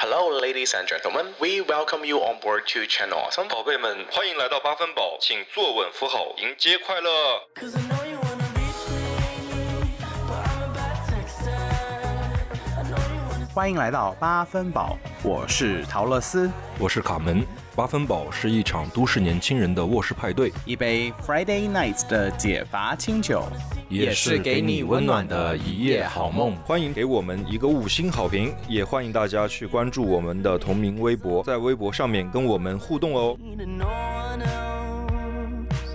Hello, ladies and gentlemen. We welcome you on board to Channel Awesome. 宝贝们，欢迎来到八分饱，请坐稳扶好，迎接快乐。 Cause I know you wanna reach me, but I'm a bad texter. I know you wanna 欢迎来到八分饱，我是陶乐斯，我是卡门。八分饱是一场都市年轻人的卧室派对，一杯 Friday Nights 的解乏清酒，也是给你温暖的一夜好梦。欢迎给我们一个五星好评，也欢迎大家去关注我们的同名微博，在微博上面跟我们互动哦。 need no one else.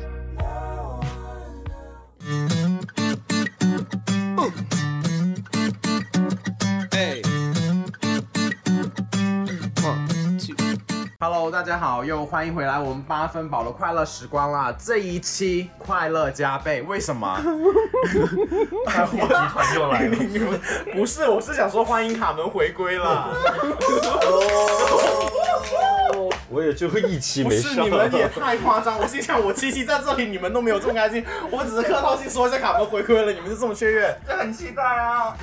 ，Hello，大家好，又欢迎回来我们八分饱的快乐时光啦！这一期快乐加倍，为什么？大集团又 来了，不是，我是想说欢迎卡门回归 啦。我也就一期不是你 们也太夸张，我心想我七夕在这里，你们都没有这么开心，我只是客套性说一下卡门回归了，你们就这么雀跃，这很期待啊！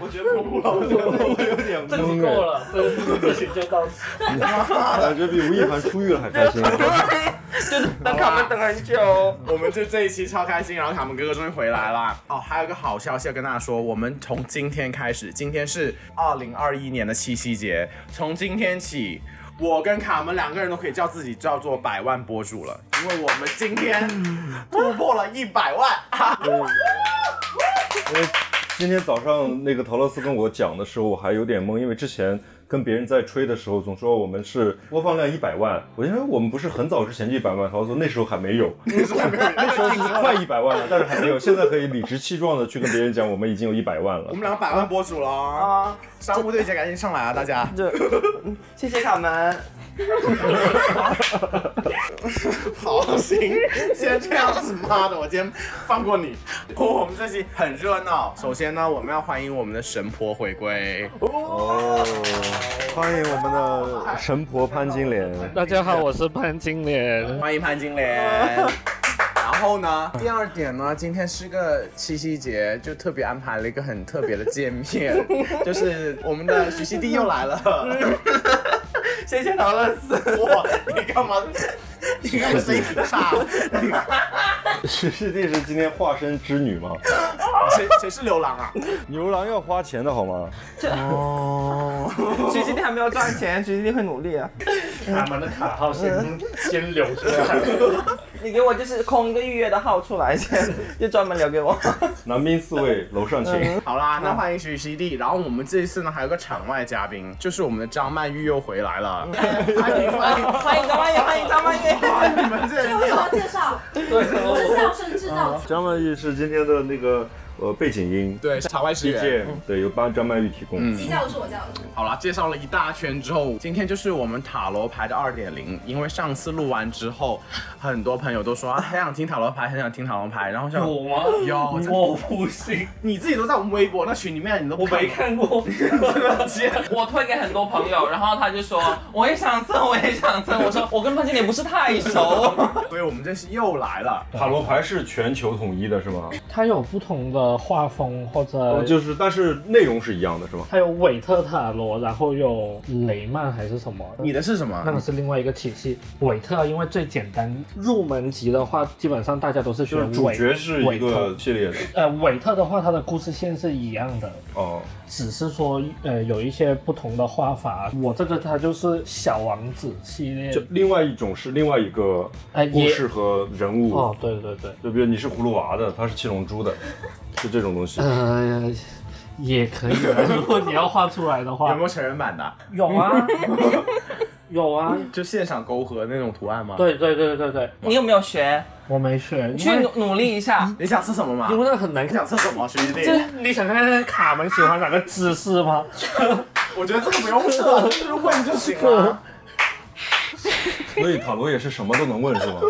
我觉得不了，我觉得我有点这集够了，这这集就到此。感觉哎比吴亦凡出狱了还 开心。等卡门等很久。 我们就这一期超开心，然后卡门哥哥终于回来啦。哦，还有一个好消息要跟大家说，我们从今天开始，今天是二零二一年的七夕节，从今天起。我跟卡门两个人都可以叫自己叫做百万博主了，因为我们今天突破了一百万。 因为今天早上那个陶乐斯跟我讲的时候，我还有点懵，因为之前跟别人在吹的时候，总说我们是播放量一百万，我觉得我们不是很早之前就一百万，陶乐斯说那时候还 没有，那时候已经快一百万了，但是还没有，现在可以理直气壮的去跟别人讲我们已经有一百万了我。们两个百万博主了啊！商务对接赶紧上来啊，大家！谢谢卡门，好行，先这样子，妈的，我今天放过你。我们这期很热闹，首先呢，我们要欢迎我们的神婆回归。哦，欢迎我们的神婆潘金莲，大家好，我是潘金莲。欢迎潘金莲。然后呢，第二点呢，今天是个七夕节，就特别安排了一个很特别的见 面，就是我们的徐熙娣又来 了。谢谢陶乐斯。哇，你干嘛？ 你干嘛声音挺大？徐师弟是今天化身织女吗？谁谁是牛郎啊？牛郎要花钱的好吗？哦，徐熙娣还没有赚钱，徐熙娣会努力啊。卡门的卡号先先留出来。你给我就是空一个预约的号出来先，就专门留给我。男宾四位，楼上请。好啦，那欢迎徐熙娣。然后我们这一次呢，还有个场外嘉宾，就是我们的张曼玉又回来了。欢迎欢迎欢迎张曼玉，欢迎张曼 玉。你们这为什么要介绍？我哦是笑声制造张曼玉是今天的那个呃背景音，对场外实意验。见，对，由帮张曼玉提供。机，鸡叫是我叫的。好啦，介绍了一大圈之后，今天就是我们塔罗牌的二点零。因为上次录完之后，很多朋友都说啊，很想听塔罗牌，很想听塔罗牌。然后想我吗？有这我不信，你自己都在我们微博那群里面，你都我没看过。我推给很多朋友，然后他就说我也想蹭，我也想蹭。我说 我跟潘金莲不是太熟。 所以我们这次又来了。塔罗牌是全球统一的是吗？它有不同的画风，或呃，者就是，但是内容是一样的是吗？它有韦特塔罗，然后有雷曼还是什么？你的是什那个么？是另外一个体系。韦特因为最简单，入门级的话，基本上大家都是学就是主韦角是一韦特个系列的呃，韦特的话，它的故事线是一样的，哦，只是说呃有一些不同的画法。我这个它就是小王子系列，就另外一种是另外一个哎故也事和人物，哦，对对对，就比如你是葫芦娃的，他是七龙珠的，是这种东西。呃，也可以啊，如果你要画出来的有话没，有成人版的？有啊，有啊，就现场勾合那种图案吗？。对对对对对，你有没有学？我没选，去因为努努力一下。你想吃什么嘛？因为那很难你想看。吃什么，啊徐熙娣？这你想看看卡门喜欢哪个姿势吗？我觉得这个不用设，就是问就行 了。所以塔罗也是什么都能问是 吗？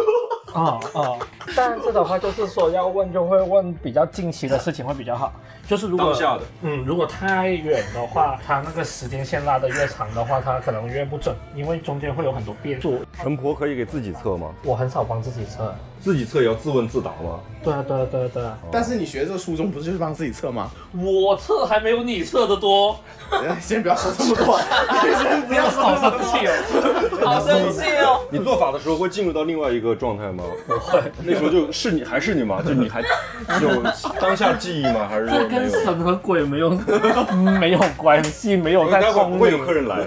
哦哦，但这的话就是说要问就会问比较近期的事情会比较好，就是如果当下的嗯，如果太远的话，它那个时间线拉得越长的话，它可能越不准，因为中间会有很多变数。神婆可以给自己测吗？我很少帮自己测。自己测也要自问自答吗？对啊，对啊，对啊，对啊。但是你学这个初衷不是就是帮自己测吗？ 我测还没有你测的 多，先不要说这么多，先不要说好这么生多。气哦！好生气哦！你做法的时候会进入到另外一个状态吗？不会，那时候就是你还是你 吗？就你还有当下记忆吗？还是说没跟有？神和鬼没 有没有关系，没有在待会儿空不里，会有客人来。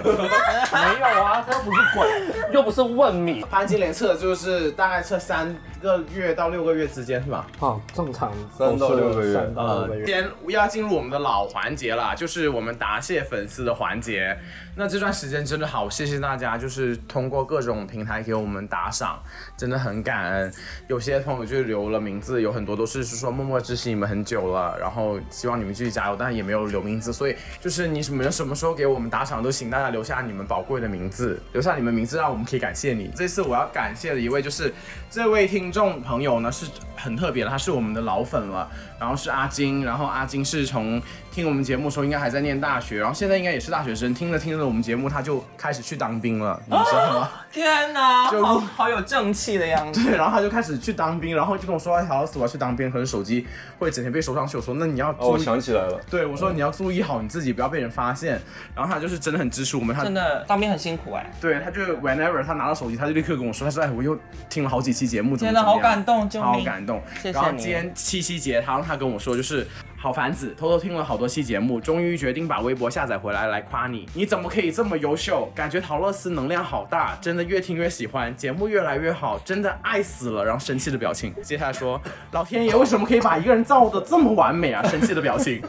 没有啊，他又不是鬼，又不是问你潘金莲测就是大概测三个月到六个月之间是吧？啊，正常三到六个月三到六个今月。天要进入我们的老环节啦，就是我们答谢粉丝的环节。那这段时间真的好，谢谢大家，就是通过各种平台给我们打赏，真的很感恩。有些朋友就留了名字，有很多都是说默默支持你们很久了，然后希望你们继续加油，但是也没有留名字，所以就是你们什么时候给我们打赏都请大家留下你们宝贵的名字，留下你们名字，让我们可以感谢你。这次我要感谢的一位就是这位听众朋友呢是很特别的，他是我们的老粉了，然后是阿金，然后阿金是从听我们节目的时候应该还在念大学，然后现在应该也是大学生，听着听着我们节目他就开始去当兵了，哦你知道吗？ 天哪，就好好有正气的样子。对，然后他就开始去当兵，然后就跟我说：“哎，好死，我要去当兵，可是手机会整天被收上去。”我说：“那你要哦，注我意。想起来了，对，我说你要注意好你自己，不要被人发现。然后他就是真的很支持我们，他真的当兵很辛 苦哎、对，他就 whenever 他拿到手机，他就立刻跟我说，他说：“哎，我又听了好几期节目，怎么天怎哪，么样好感动，救好命！感动。谢谢然后你今天七夕节，他让他跟我说，就是好凡子偷偷听了好多期节目，终于决定把微博下载回来来夸你。你怎么可以这么优秀？感觉陶乐斯能量好大，真的越听越喜欢，节目越来越好，真的爱死了。然后生气的表情。接下来说，老天爷为什么可以把一个人造的这么完美啊？生气的表情。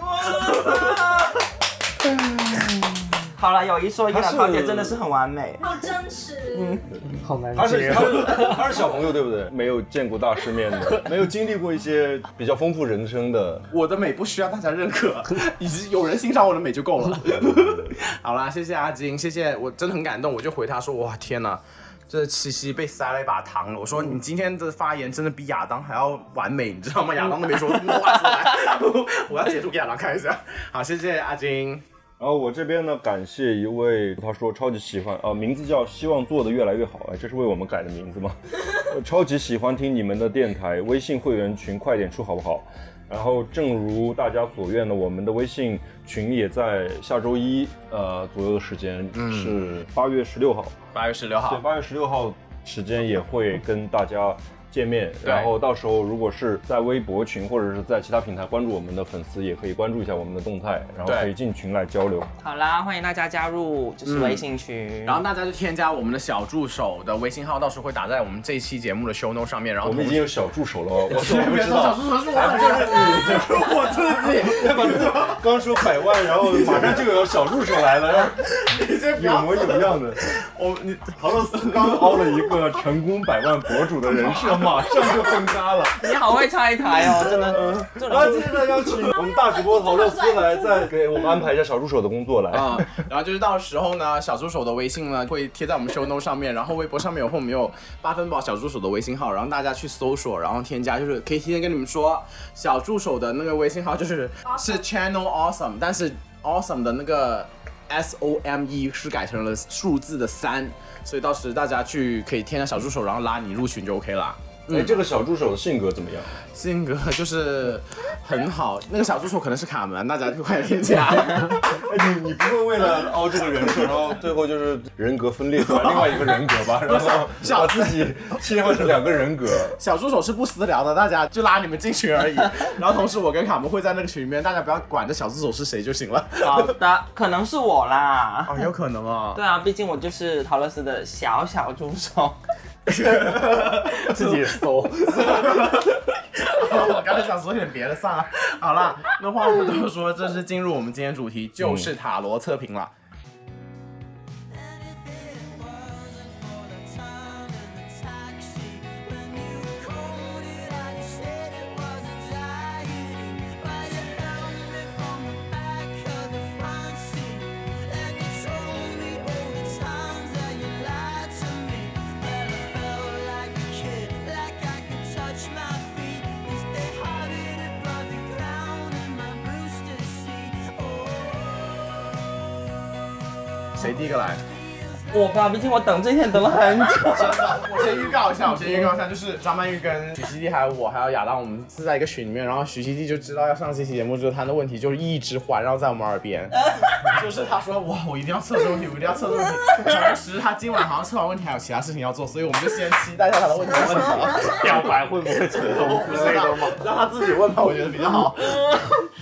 好了，有一说一啦，他是桃姐真的是很完美。好真实。好难他是接他。是他是小朋友对不对？没有见过大世面的，没有经历过一些比较丰富人生的。我的美不需要大家认可， 以及有人欣赏我的美就够了。 好啦，谢谢阿金，谢谢，我真的很感动，我就回他说，哇，天哪，这七夕被塞了一把糖了。我说你今天的发言真的比亚当还要完美，你知道吗？ 亚当都没说出话出来，我要截图给亚当看一下。好，谢谢阿金。然后我这边呢，感谢一位，他说超级喜欢啊、名字叫希望做的越来越好，哎，这是为我们改的名字吗？ 我超级喜欢听你们的电台，微信会员群快点出好不好？然后正如大家所愿呢，我们的微信群也在下周一呃左右的时间，是八月十六号，八月十六对，号，八月十六号时间也会跟大家见面，对然后到时候如果是在微博群或者是在其他平台关注我们的粉丝，也可以关注一下我们的动态，然后对可以进群来交流。好啦，欢迎大家加入就是微信群，然后大家就添加我们的小助手的微信号，到时候会打在我们这一期节目的 show note 上面。然后我们已经有小助手了，我说我同不时知道，是我的就是 我自己。要 把自己刚说百万，然后马上就有小助手来了，然后有模有样的。我你陶乐斯刚凹了一个成功百万博主的人设，马上就分 家了。你好会拆台 哦，真的，这然后种接着邀请我们大主播陶乐斯来，再给我们安排一下小助手的工作来。啊、 然后就是到时候呢，小助手的微信呢会贴在我们 show note 上面，然后微博上面有会我们有八分宝小助手的微信号，然后大家去搜索，然后添加，就是可以提前跟你们说，小助手的那个微信号就是是 channel awesome，但是 awesome 的那个 S O M E 是改成了数字的三，所以到时大家去可以添加小助手，然后拉你入群就 OK 啦。哎，这个小助手的性格怎么样？性格就是很好，那个小助手可能是卡门，大家就快点添加。哎，你你不会为了凹这个人设，然后最后就是人格分裂出来另外一个人格 吧？然后把自己切换成两个人格。小助手是不私聊的，大家就拉你们进群 而已。然后同时我跟卡门会在那个群里面，大家不要管这小助手是谁就行了。好的，可能是我啦。哦，有可能 哦。对啊，毕竟我就是陶乐斯的小小助手。自己搜。 我刚才想说点别的，算了。好啦，那话不多说，正式进入我们今天主题，就是塔罗测评了。Oh. 谁第一个来？我吧，毕竟我等这一天等了很久。真的，我先预告一下，我先预告一下，就是张曼玉跟许熙娣还有我还有亚当，我们是在一个群里面，然后许熙娣就知道要上这期节目之后，她的问题就是一直环绕在我们耳边，就是她说哇，我一定要测这个问题，我一定要测这个问题。同时她今晚好像测完问题还有其他事情要做，所以我们就先期待一下她的 问题是什么，表白会不会成功之类的吗？让她自己问吧，我觉得比较好。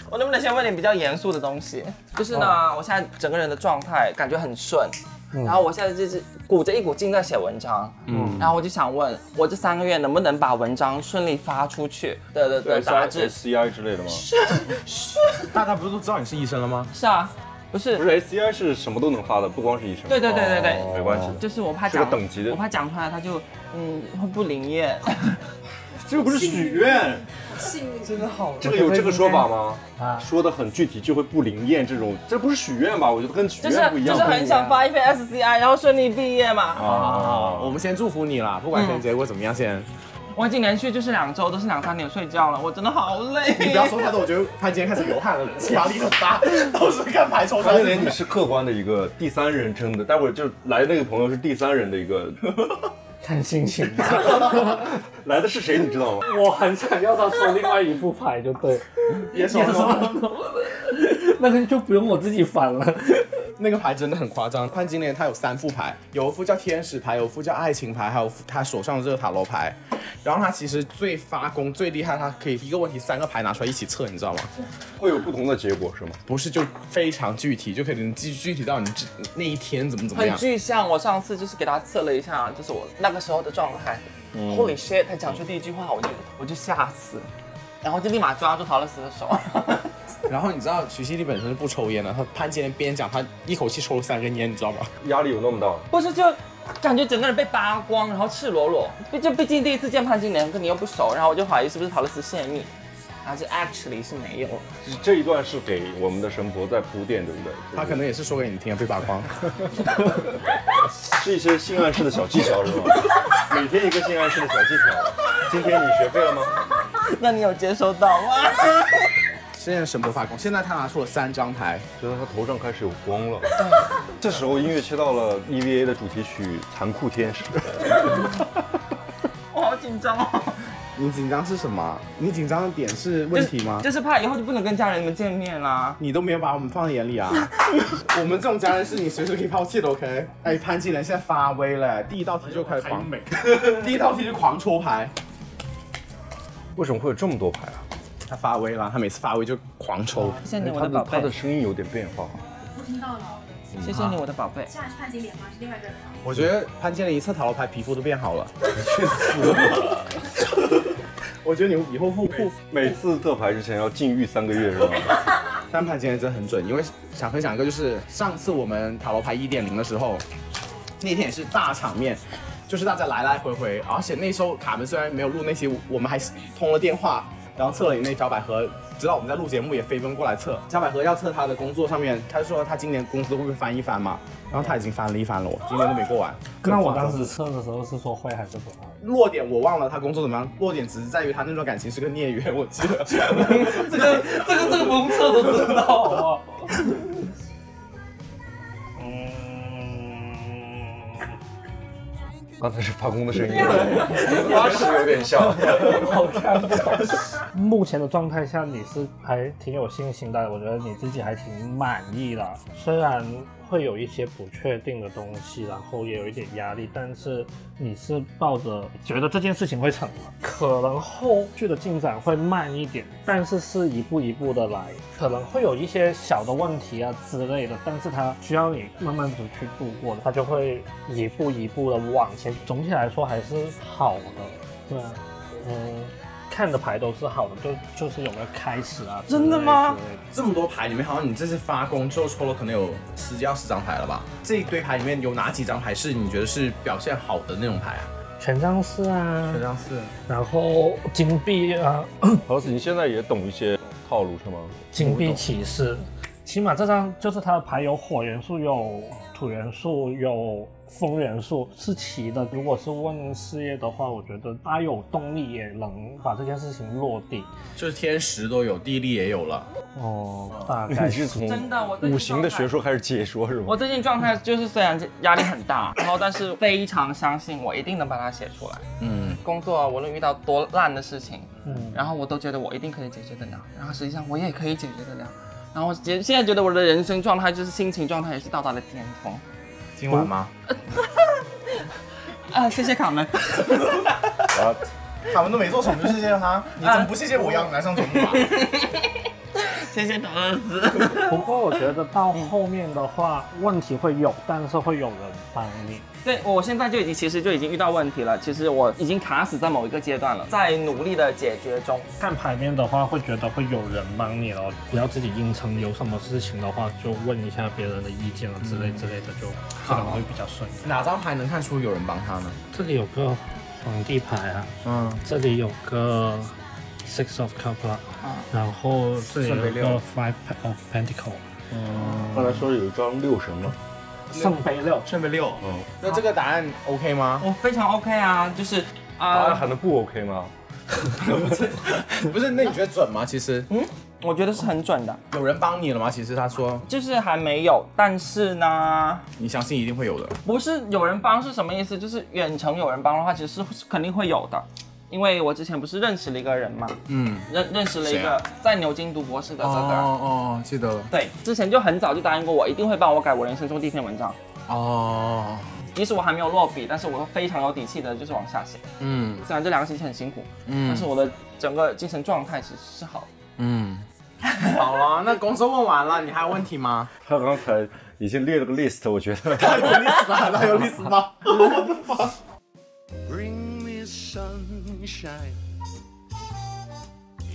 我哦能不能先问点比较严肃的东西？哦就是呢，我现在整个人的状态感觉很顺，然后我现在就是鼓着一股劲在写文章，嗯，然后我就想问，我这三个月能不能把文章顺利发出去的的的杂志？ SCI 之类的吗？大家不是都知道你是医生了吗？是啊，不是不，是 SCI 是什么都能发的，不光是医生。对对对对对哦没关系的。就是我怕是个讲等级的我怕讲出来他就嗯会不灵验。这个不是许愿，这个有这个说法吗？啊说的很具体，就会不灵验这种，这不是许愿吧？我觉得跟许 就是愿不一就样。是很想发一篇 SCI，然后顺利毕业嘛。啊我们先祝福你啦，不 管嗯结果怎么样，先我已经连续就是两周都是两三点睡觉了，我真的好累。你不要说太多，我觉得他今天开始流汗了，压力很 大，都是看排抽潘三金莲，你是客观的一个第三人称的，待会儿就来那个朋友是第三人的一 个，看心情吧。来的是谁你知道吗？我很想要他抽另外一副牌，就对，别说了。 那个就不用我自己翻了。那个牌真的很夸张，潘金莲她有三副牌，有一副叫天使牌，有一副叫爱情牌，还有她手上的这个塔罗牌。然后她其实最发功、最厉害，她可以一个问题三个牌拿出来一起测，你知道吗？会有不同的结果是吗？不是就非常具体，就可以具具体到你这那一天怎么怎么很样。具象，我上次就是给他测了一下，就是我那个时候的状态。Holy 嗯 shit！他讲出第一句话，我就我就吓死，然后就立马抓住陶乐斯 的手。然后你知道徐熙娣本身是不抽烟的，她潘金莲边讲，她一口气抽了三根烟，你知道吗？压力有那么大？不是就感觉整个人被扒光，然后赤裸裸。毕就毕竟第一次见潘金莲，跟你又不熟，然后我就怀疑是不是陶乐斯泄密，然后就 actually 是没有。 这这一段是给我们的神婆在铺垫，对不对？她可能也是说给你听，被扒光。是一些性暗示的小技巧 是吗？每天一个性暗示的小技巧。今天你学会了吗？那你有接收到吗？ 现在神婆发功，现在她拿出了三张牌，觉得他头上开始有光了。这时候音乐切到了 EVA 的主题曲《残酷天使》。我好紧张哦。你紧张是什么？你紧张的点是问题吗？就是怕以后就不能跟家人们见面啦。你都没有把我们放在眼里啊！ 我们这种家人是你随时可以抛弃的，OK？哎，潘金莲现在发威了，第一道题就开始狂，第一道题就狂抽牌，为什么会有这么多牌啊？哎他发威了，他每次发威就狂抽。谢谢你我他的宝的他贝的，声音有点变化。 我听到了，谢谢你我的宝贝。现在是潘金莲吗？是另外一个人吗？我觉得潘金莲一测塔罗牌，皮肤都变好了。我觉得你以后护护，每次测牌之前要禁欲三个月是吗？但潘金莲真的很准，因为想分享一个，就是上次我们塔罗牌一点零的时候，那天也是大场面，就是大家来来回回，而且那时候卡门虽然没有录那期，我们还通了电话，然后测了你那小百合，知道我们在录节目也飞奔过来测。小百合要测她的工作上面，她说她今年工资会不会翻一翻嘛，然后她已经翻了一番了，我今年都没过完。那我当时测的时候是说会还是不会？落点我忘了她工作怎么样，落点只是在于她那段感情是个孽缘，我记得。这个这个这个不用测都知道好不好？嗯刚才是发功的声音，拉屎有点像。 好看。目前的状态下，你是还挺有信心的，我觉得你自己还挺满意的。虽然会有一些不确定的东西，然后也有一点压力，但是你是抱着觉得这件事情会成了，可能后续的进展会慢一点，但是是一步一步的来，可能会有一些小的问题啊之类的，但是它需要你慢慢的去度过，它就会一步一步的往前。总体来说还是好的，对啊。嗯，看的牌都是好的，就就是有个开始啊。真的吗之类的？这么多牌里面，好像你这次发功之后抽了可能有十几二十张牌了吧？这一堆牌里面有哪几张牌是你觉得是表现好的那种牌啊？权杖四啊，张四，然后金币啊，陶老师，你现在也懂一些套路是吗？金币骑士，起码这张就是它的牌有火元素、有土元素、有风元素是齐的。如果是问事业的话，我觉得它有动力也能把这件事情落地。就是天时都有，地利也有了。哦，大概你是嗯从真的我最近五行的学说开始解说是我吗？最近状态就是虽然压力很大，然后但是非常相信我一定能把它写出来。嗯，工作无论遇到多烂的事情，嗯然后我都觉得我一定可以解决得了，然后实际上我也可以解决得了。然后我觉现在觉得我的人生状态就是心情状态也是到达了巅峰。今晚吗？啊，谢谢卡门。啊他们都没做什么，就谢谢他。你怎么不谢谢我邀你来上节目啊？谢谢唐老师。不过我觉得到后面的话，问题会有，但是会有人帮你。对我现在就已经其实就已经遇到问题了，其实我已经卡死在某一个阶段了，在努力的解决中。看牌面的话，会觉得会有人帮你了，不要自己硬撑。有什么事情的话，就问一下别人的意见啊之类之类的，就可能会比较顺。哪张牌能看出有人帮他呢？这里有个皇帝牌啊，嗯，这里有个 Six of Cup 啦、然后这里有圣杯个六 Five of Pentacle，刚才说有一张六神吗？圣杯六。顺位六。哦那这个答案 OK 吗？我非常 OK 啊，就是答啊、案喊的不 OK 吗？不是，那你觉得准吗？其实我觉得是很准的，有人帮你了吗？其实他说就是还没有，但是呢，你相信一定会有的。不是有人帮是什么意思？就是远程有人帮的话，其实是肯定会有的。因为我之前不是认识了一个人嘛，嗯，认认识了一谁个啊在牛津读博士的哦这个人，哦，记得了。对，之前就很早就答应过我，一定会帮我改我人生中第一篇文章。哦，即使我还没有落笔，但是我非常有底气的，就是往下写。嗯虽然这两个星期很辛苦，但是嗯我的整个精神状态其实是好的。嗯。好了，那工作问完了，你还有问题吗？他刚才已经列了个 list，我觉 得。有意思吗？那有意思吗？ Bring me sunshine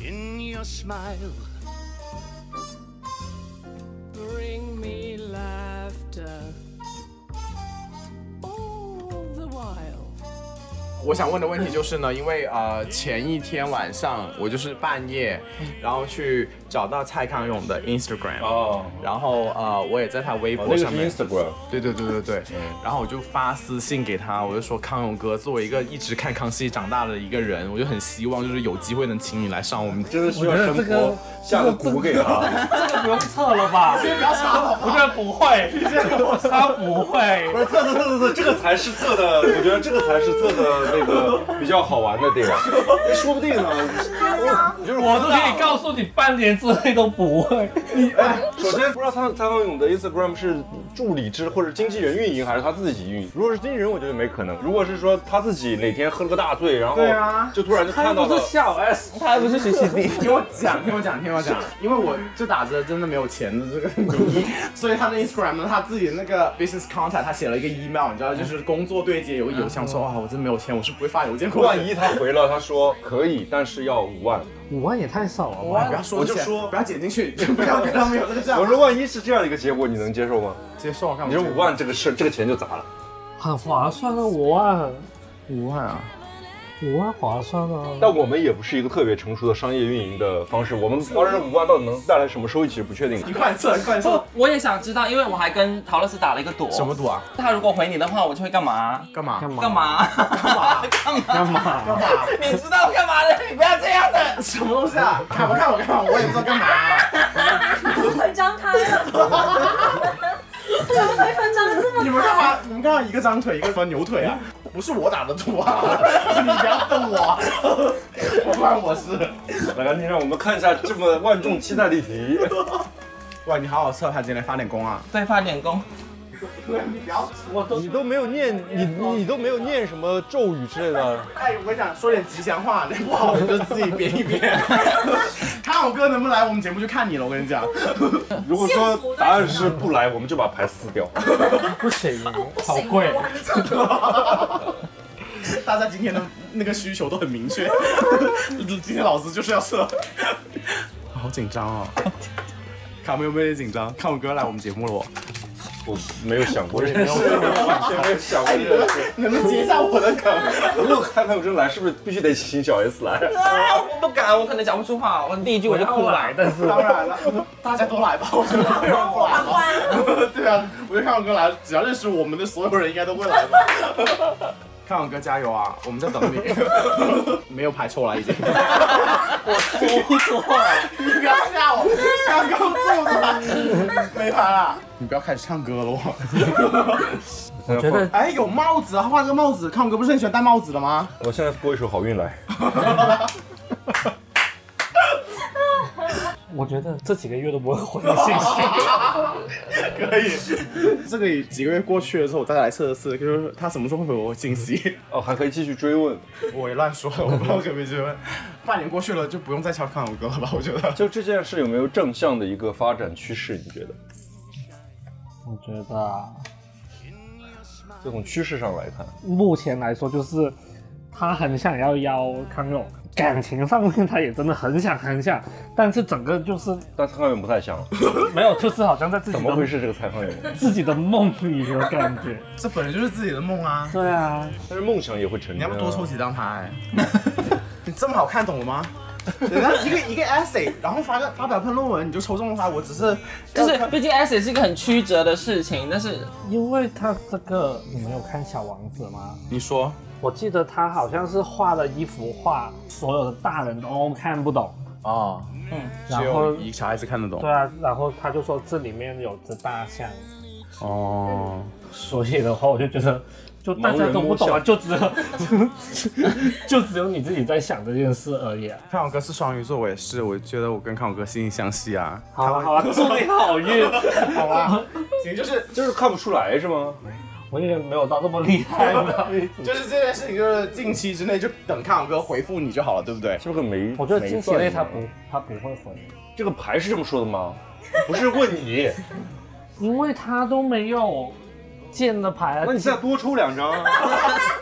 in your smile. Bring me laughter all the while. 我想问的问题就是呢，因为呃前一天晚上我就是半夜，然后去找到蔡康永的 Instagram，、哦，然后呃我也在他微博哦那上个面是嗯 Instagram。对对对对对，然后我就发私信给他，我就说康永哥，作为一个一直看康熙长大的一个人，我就很希望就是有机会能请你来上我 们。真的需要神婆下个蛊给他，这个不用测了 吧？不要查了，我觉得不会，他不会。不是测测测测测，这个才是测的，我觉得这个才是测的那个比较好玩的地方，说不定呢，我就是我都可以告诉你，半年之内都不会。你哎，首先不知道蔡蔡康永的 Instagram 是助理制或者经纪人运营还是他自己运营。如果是经纪人，我觉得没可能；如果是说他自己哪天喝了个大醉，然后对啊就突然就他又看到不了是，小 S，他还不是学习力，听我 讲，听我讲，听我讲，因为我就打着真的没有钱的这个名 义，所以他的 Instagram 呢，他自己的那个 business contact，他写了一个 email，你知道，就是工作对接有邮箱说，哇，我真没有钱，我是不会发邮件过去的。万一他回了，他说可以，但是要五万。五万也太少了哇吧？不要说我就钱说不要剪进去，不要跟他们有这个账我。说万一是这样一个结果，你能接受吗？接受啊，干你嘛？说五万这个事，这个钱就砸了。很划算啊，五万，五万啊？五万划算啊。但我们也不是一个特别成熟的商业运营的方式，我们当然五万到底能带来什么收益，其实不确定。你快测，快测。我也想知道，因为我还跟陶乐斯打了一个赌。什么？赌啊？他如果回你的话，我就会干嘛？干嘛？干嘛？干嘛？ 干嘛？啊干嘛？你知道干嘛的？你不要这样的。什么东西啊？看不看我干嘛？我也不知道干嘛、腿张开啊了，怎么腿分张的这么你们干嘛？你们干嘛一个张腿一个牛腿啊？不是我打的赌啊！你不要瞪我啊，我管我是。 来，赶紧让我们看一下这么万众期待的一题。哇，你好好测，他今天发点功啊！对，发点功。你不要，你都没有念，你你你都没有念什么咒语之类的。哎，我跟你讲，说点吉祥话，那不好我就自己编一 编。看我哥能不能来我们节目就看你了，我跟你讲。 如果说答案是不来，我们就把牌撕掉。 不行，啊好贵。我还没测过。 大家今天的那个需求都很明确， 今天老师就是要射， 好紧张哦。卡门有没有点紧张？看我哥来我们节目了我，我没有想过这没件有事，我完全没有想过这件事。能不能接一下我的梗？如果开朋友来，是不是必须得请小 S 来？ 啊我不敢，我可能讲不出话，我第一句我就哭了。但是当然了，大家都来吧，我觉得没有人不来吧。对啊，我觉得康永哥来，只要认识我们的所有人，应该都会来吧。康永哥加油啊，我们在等你。没有排错了已啊经。我哭错了，你不要吓我，刚刚做的，没排啦。你不要开始唱歌了 我。我觉得哎，有帽子啊，换个帽子。康永哥不是很喜欢戴帽子的吗？ 我现在播一首《好运来》。我觉得这几个月都不会回你信 息，可以。这个几个月过去了之后，我再来测试，就是他什么时候会回我信息。哦，还可以继续追问。 我也乱说了，我不知道可不可以追问。半年过去了，就不用再敲康永哥了吧？我觉得。就这件事有没有正向的一个发展趋势？你觉得？ 我觉得啊就从趋势上来看，目前来说就是他很想要邀康永，感情上面他也真的很想很想，但是整个就是但蔡康永不太像了， 没有，就是好像在自己怎的么回事？这个蔡康 永，自己的梦里有感觉。 这本来就是自己的梦啊！对啊，但是梦想也会成真、啊。你要不多抽几张 牌？你这么好看懂了吗？人家 一个一个 essay，然后发个发表篇论文，你就抽中了它。我只是 就是毕竟 S 也是一个很曲折的事情，但是 因为他这个你们有看《小王子》吗？你说我记得他好像是画了一幅画，所有的大人都看不懂。哦，然后一小孩子看得懂对啊，然后他就说这里面有只大象，哦。所以的话我就觉得，就大家都不懂啊，就只有就只有你 自己在想这件事而已、啊。看我哥是双鱼座，我也是，我觉得我跟看我哥惺惺相惜啊。好了好了，祝 你好运。好啊啦，行，就是就是看不出来是吗？ 我也没有到这么厉害的，就是这件事情，就是近期之内就等看我哥回复你就好了，对不对？是不是很没？ 我觉得没近期算内一他样不他不会回，这个牌是这么说的吗？不是问你，因为他都没有见的牌啊。那你再多抽两张啊，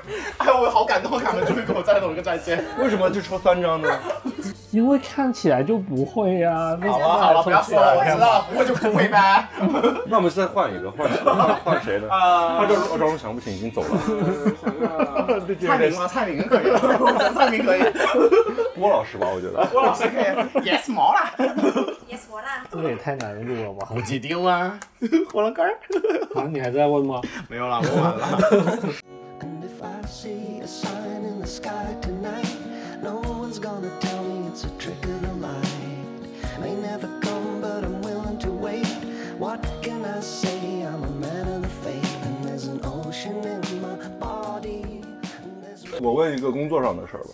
哎，我好感动，看们终于给我站同一个战线。为什么就抽三张呢？因为看起来就不会啊。那好了好了，不要说了，我知道了，不会就不会呗。那我们再换一个，换换换谁呢？啊他赵赵忠祥不行，已经走了。蔡明吗？蔡明可以， 我觉得蔡明 可以，郭老师吧，我觉得。郭老师可以。Yes，毛啦， Yes，我啦。这个也太难录了吧？几丢啊？火龙杆儿啊，你还在问吗？ 没有啦，我完了。 And if I see a sign in the sky tonight, no one's gonna tell me it's a trick of the light. May never come, but I'm willing to wait. What can I say? I'm a man of the faith, and there's an ocean in my body. and there's- 我问一个工作上的事儿吧，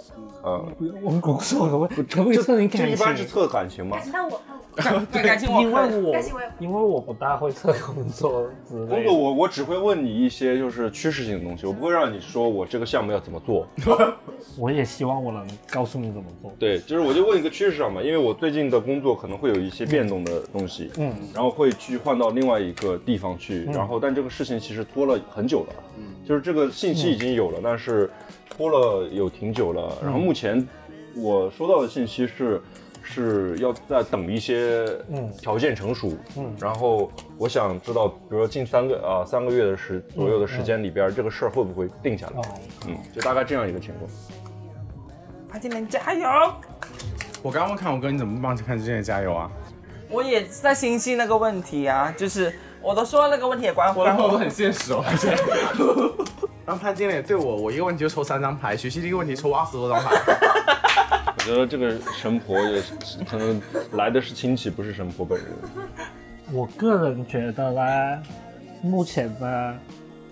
嗯， 我们工作了，我可不可以测你这感一般是情？测感情吗感？情到我，到我对感情我因为我但是我也不因为我不大会测工作之工类作的。我我只会问你一些就是趋势性的东西，我不会让你说我这个项目要怎么做。我也希望我能告诉你怎么做。对，就是我就问一个趋势上嘛，因为我最近的工作可能会有一些变动的东西，嗯，然后会去换到另外一个地方去，然后但这个事情其实拖了很久了，嗯，就是这个信息已经有了，但是拖了有挺久了，然后目前我收到的信息是。是要再等一些条件成熟，嗯，然后我想知道，比如说近三个啊、三个月的时左右的时间里边，这个事儿会不会定下来？哦，嗯，就大概这样一个情况。潘金莲加油！我刚刚问看我哥，你怎么不帮看之前的加油啊？我也在心系那个问题啊，就是我都说那个问题也关 我的关朋友都我很现实哦。然后潘经理对我，我一个问题就抽三张牌，学习一个问题抽二十多张牌。我觉得这个神婆也是可能来的是亲戚，不是神婆本人。我个人觉得呢，目前呢，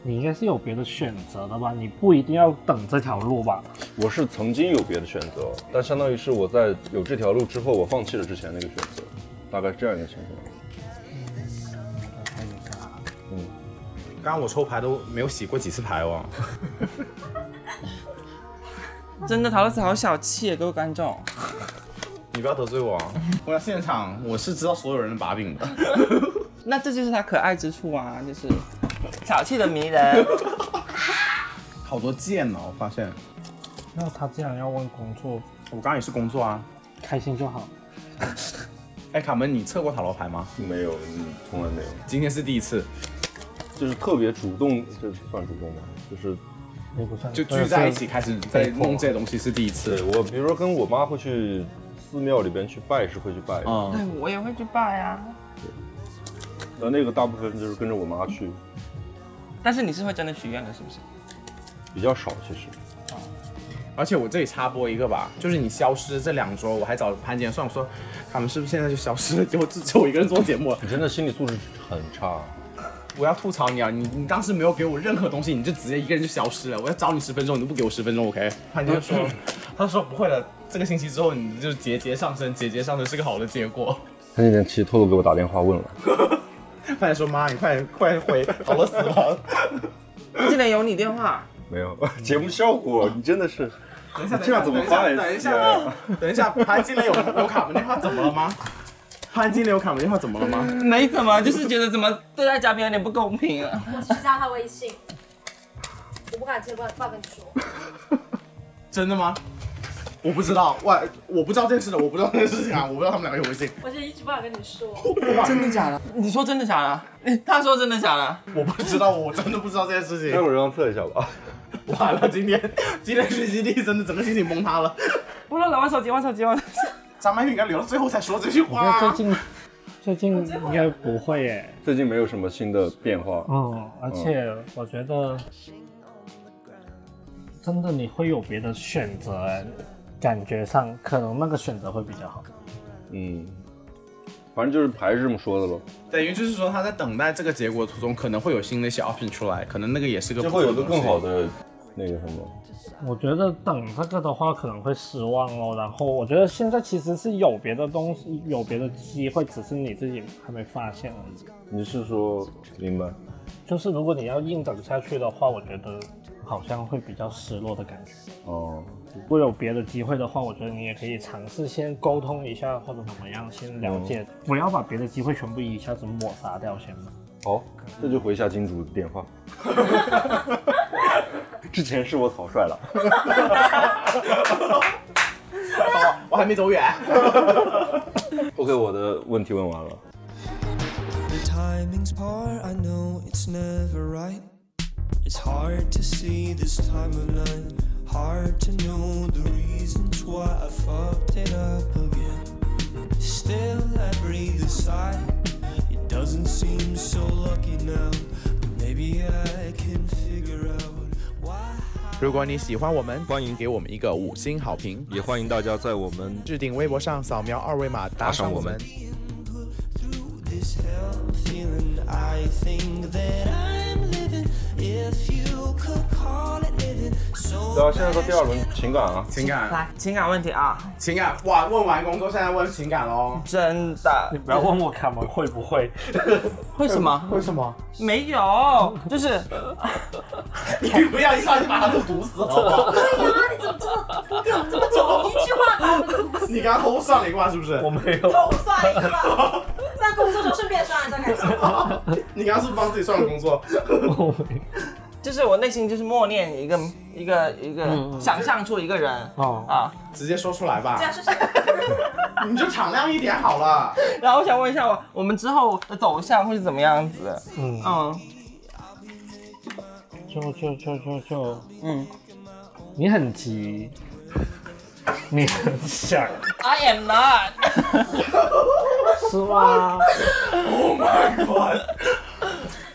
你应该是有别的选择的吧？你不一定要等这条路吧？我是曾经有别的选择，但相当于是我在有这条路之后，我放弃了之前那个选择，大概这样一个情况。刚刚我抽牌都没有洗过几次牌哦。真的陶乐斯好小气啊，各位观众。你不要得罪我哦，我在现场我是知道所有人的把柄的。 那这就是他可爱之处啊，就是小气的迷人。好多剑哦，我发现。那他既然要问工作，我刚刚也是工作啊。开心就好。哎，卡门，你测过塔罗牌吗？没有，嗯，从来没有。今天是第一次。就是特别主动，这算主动吗？就是也不算就聚在一起开始在弄这些东西是第一次对。我，比如说跟我妈会去寺庙里边去拜，是会去拜的。嗯，我也会去拜啊。但那个大部分就是跟着我妈去，但是你是会真的许愿的，是不是？比较少其实。而且我这里插播一个吧，就是你消失这两周，我还找潘姐算，我说他们是不是现在就消失了， 就只只有我一个人做节目了。你真的心理素质很差。我要吐槽你啊！你你当时没有给我任何东西，你就直接一个人就消失了。我要找你十分钟，你都不给我十分钟，OK？潘姐就说， 他说不会了，这个星期之后你就节节上升，节节上升是个好的结 果。他那天其实偷偷给我打电话问了，潘姐说妈，你快点快点回好了死了。我竟然有你电话，没有 节目效果，你真的是 等一下，这样怎么办呀等一啊下，等一下，潘金莲有有卡门电话怎么了吗？潘金莲有卡门电话怎么了吗？没怎么，就是觉得怎么对待嘉宾有点不公平啊。我去加他微信，我不敢接，不不敢跟你说。真的吗？我不知道，哇，我不知道这件事的，我不知道这件事情啊，我不知道他们两个有微信，我就一直不敢跟你说。真的假的？你说真的假的？你他说真的假的？我不知道，我真的不知道这件事待情。会儿让他测一下吧。 完了，今天今天学习力真的整个心情崩塌了。不了，玩手机，玩手机，玩手机。张曼玉应该留到最后才说这句我话、觉得啊最。近最近应该不会耶。最近没有什么新的变化，嗯，而且我觉得真的你会有别的选择哎，感觉上可能那个选择会比较好。嗯，反正就是还是这么说的咯，等于就是说他在等待这个结果途中，可能会有新的一些 option 出来，可能那个也是个就不会错有的个东西更好。的那个什么。我觉得等这个的话可能会失望哦。然后我觉得现在其实是有别的东西，有别的机会，只是你自己还没发现而已。你是说明白？就是如果你要硬等下去的话，我觉得好像会比较失落的感觉。哦，如果有别的机会的话，我觉得你也可以尝试先沟通一下，或者怎么样，先了解，不要把别的机会全部一下子抹杀掉先嘛。好，这就回一下金主的电 话。之前是我草率了，我还没走远。 OK，我的问题问完了。 The timing's poor, I know it's never right. It's hard to see this time of night. Hard to know the reasons why I fucked it up again. Still, I breathe a sigh. It doesn't seem so lucky now. But maybe I can figure out why. 如果你喜欢我们，欢迎给我们一个五星好评。也欢迎大家在我们置顶微博上扫描二维码打赏我们。 Through this hell feeling, I think that I'm living. If you could call it living, so 大家啊现在到第二轮情感啊，情感，来，情感问题啊，情感，哇！问完工作，现在问情感喽。真的你不要问我卡门会不会，会什么？为什么？没有，就是你不要一上去把他们毒死好不好？对哎呀、你怎么这么你怎么这么久？一句话把我们堵死。你刚刚偷上了一卦是不是？我没有。我算一个吧，在工作中顺便算一下感情。你刚刚是不是帮自己算了工作？就是我内心就是默念一个一个一个，想象出一个人 哦啊。直接说出来吧这，样是什么？你就敞亮一点好了。然后我想问一下我我们之后的走向会是怎么样子？嗯，嗯就就就就就，嗯你很急，啊你很想， ，I am not。是吗？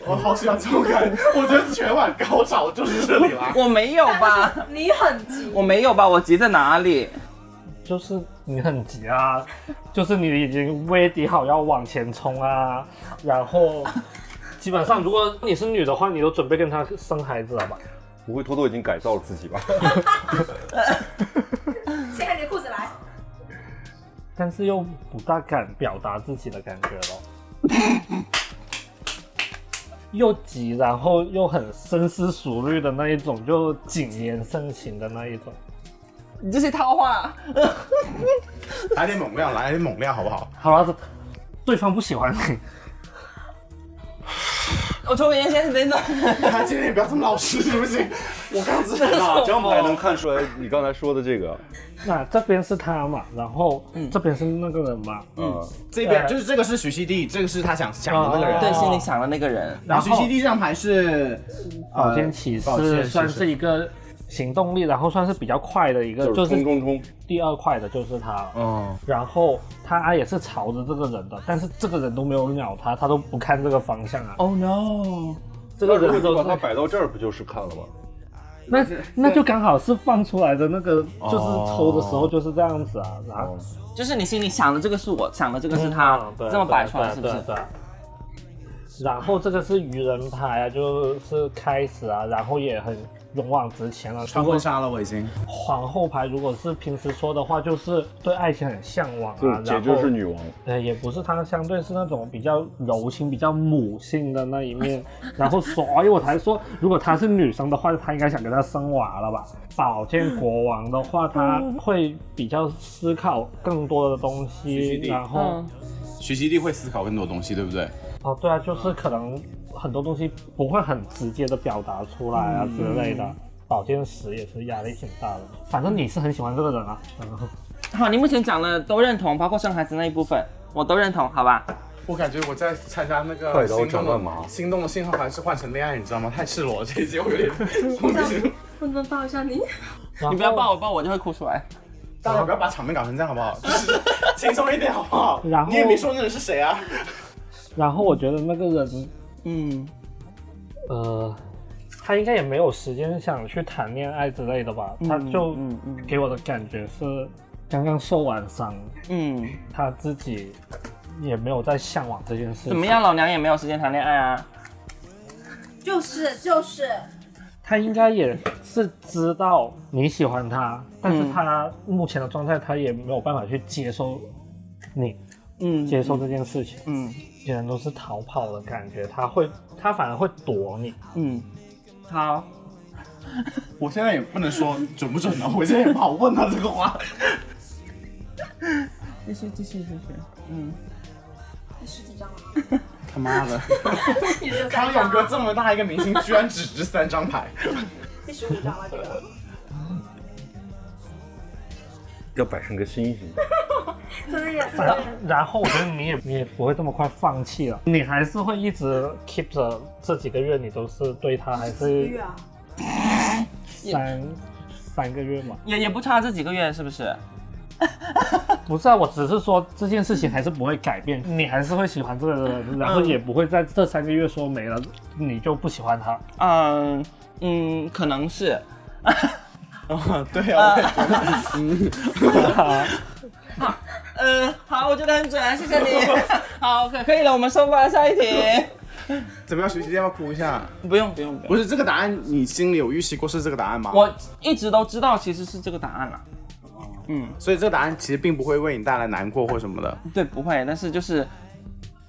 我好喜欢这种感觉，我觉得全晚高潮就是这里啦。我没有吧？你很急，我没有吧？我急在哪里？就是你很急啊，就是你已经威底好要往前冲啊，然后基本上如果你是女的话，你都准备跟她生孩子了吧？不会偷偷已经改造了自 己吧？掀开你的裤子来。但是又不大敢表达自己的感觉咯。又急，然后又很深思熟虑的那一种，就谨言慎行的那一种。你这些套话，来点猛料，来点猛料好不好？好了，对方不喜欢你，我抽根烟，先等等。 他今天也不要这么老实，行不行？我刚知道啊这张牌能看出来你刚才说的这个，啊那这边是他嘛，然后嗯这边是那个人嘛，嗯，这边呃就是这个是许熙娣，这个是他想想的那个人。对，心里想的那个人，哦然然后许后熙娣这张牌是呃保健启保健启示示算是一个行动力，然后算是比较快的一个，就就是冲是冲冲，第二块的就是他了。哦，然后他也是朝着这个人的，但是这个人都没有鸟他，他都不看这个方向啊。 Oh no！这那如个果人你都把它摆到这儿，不就是看了吗？那那就刚好是放出来的那个，就是抽的时候就是这样子啊，然后就是你心里想的这个是我，想的这个是他嗯，对这么摆出来是不对是？对对对然后这个是愚人牌啊，就是开始啊，然后也很勇往直前啊了、穿婚纱了，我已经。皇后牌如果是平时说的话，就是对爱情很向往就啊，姐然就后是女王，呃也不是她相对是那种比较柔情、比较母性的那一面， 然后所以我才说，如果她是女生的话，她应该想跟她生娃了吧？宝剑国王的话，他嗯会比较思考更多的东西， CCD 然后、嗯，徐熙娣会思考更多东西，对不对？哦，对啊，就是可能很多东西不会很直接的表达出来啊嗯之类的。宝剑十也是压力挺大的，反正你是很喜欢这个人啊。然后好，你目前讲的都认同，包括生孩子那一部分，我都认同，好吧？我感觉我在参加那个快心刀动斩乱的麻心动的信号还是换成恋爱，你知道吗？太赤裸了，这一集我有点我不行。不能抱一下你？你不要抱。抱我，抱我就会哭出来。大家不要把场面搞成这样好不好？就是 轻松一点好不好？然后你也没说那人是谁啊？然后我觉得那个人，嗯，呃，他应该也没有时间想去谈恋爱之类的吧？他就嗯嗯给我的感觉是刚刚受完伤，嗯，他自己也没有在向往这件事情。怎么样，？老娘也没有时间谈恋爱啊。就是就是，他应该也是知道你喜欢他，但嗯是他目前的状态，他也没有办法去接受你，嗯，接受这件事情，嗯既然都是逃跑的感觉，他会，他反而会躲你。嗯，好，我现在也不能说准不准呢，啊我现在也不好问他这个话。继续继续继续。嗯，第十几张了， 他妈的， 第十康 永三张哥了，这么大一个明星，居然只值三张牌。第十五张了，这 个要摆成个星星。对呀，然然后我觉得你也你也不会这么快放弃了，你还是会一直 keep 着这几个月，你都是对他还对是呀，三三个月嘛？也也不差这几个月，是不是？不是啊，我只是说这件事情还是不会改变，你还是会喜欢这个人，然后也不会在这三个月说没了你就不喜欢他。嗯嗯，可能是。对 啊，我也觉得呃，好，我觉得很准，啊谢谢 你。好，可可以了，我们收吧，下一题。怎么样？学习要不要哭一下？不用不用不不用，是这个答案，你心里有预期过是这个答案吗？我一直都知道其实是这个答案了。所以这个答案其实并不会为你带来难过或什么的。对，不会，但是就是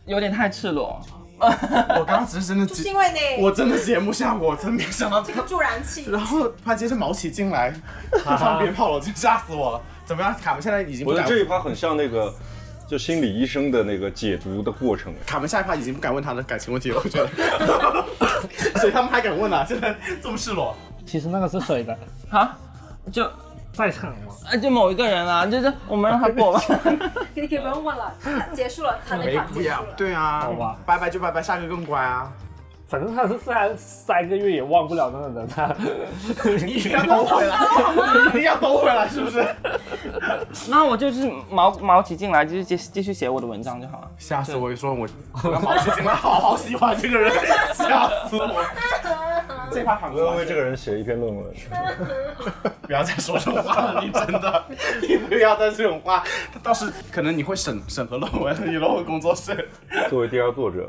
有点太赤 裸。我刚刚只是真的就急是因为你我真的节目效果，我真没想到这这个个。助燃器， 然后突然间是毛起进来，放鞭炮了，真吓死我了。怎么样，卡门现在已经不我的敢，这一趴很像那个，就心理医生的那个解读的过程。卡门下一趴已经不敢问他的感情问题了，我觉 得。所以他们还敢问啊？现在这么赤裸，其实那个是谁的？好，就 在场吗？呃就某一个人啊，就是我们让他 过吧。你可以不用问了，结束了，他那场结束了。对啊，好吧拜拜就拜拜，下个更乖啊。反正他是三三个月也忘不了那个人啊。一定要兜回 来，一定要兜回来，是不是？那我就是毛毛起进来，就是继继续写我的文章就好了。吓死我！说我我跟毛起进来，好好喜欢这个 人，吓死我！这把反我要为这个人写一篇论 文。不要再说这种话了，你真的，你不要再这种话， 倒是可能你会审审核论文，你论文工作室。作为第二作 者，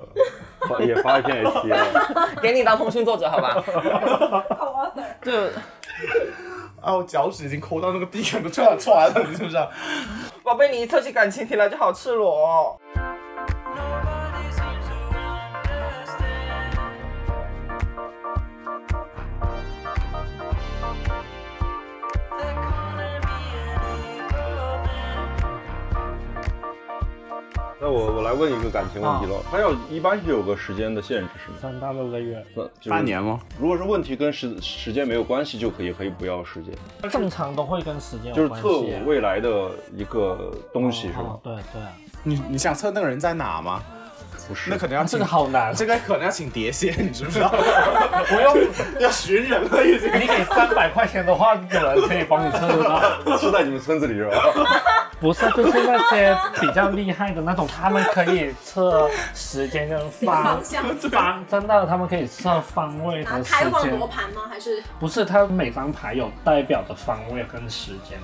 发也发一篇 HTML。给你当通讯作者好 吧？ Co-author 就啊，我脚趾已经抠到那个地可能出来出来了，你知不知道？宝贝，你一测起感情题来就好赤裸、哦。那那我我来问一个感情问题喽，他要一般是有个时间的限制是吗？三到六个月，那就是半年咯。如果是问题跟时时间没有关系，就可以可以不要时间，正常都会跟时间就有是哦关系啊。测我未来的一个东西是吗哦？？对对啊，你你想测那个人在哪吗？不是，那可能要请这个好难。啊这个可能要请碟仙，你知不知道？ 我要要寻人了已经。你给三百块钱的话，有人可以帮你测得到。是在你们村子里是吧？ 不是，就是那些比较厉害的那种，他们可以测时间跟方方向方，真的，他们可以测方位拿和时开网罗间。盘吗？还是 不是，它每张牌有代表的方位跟时间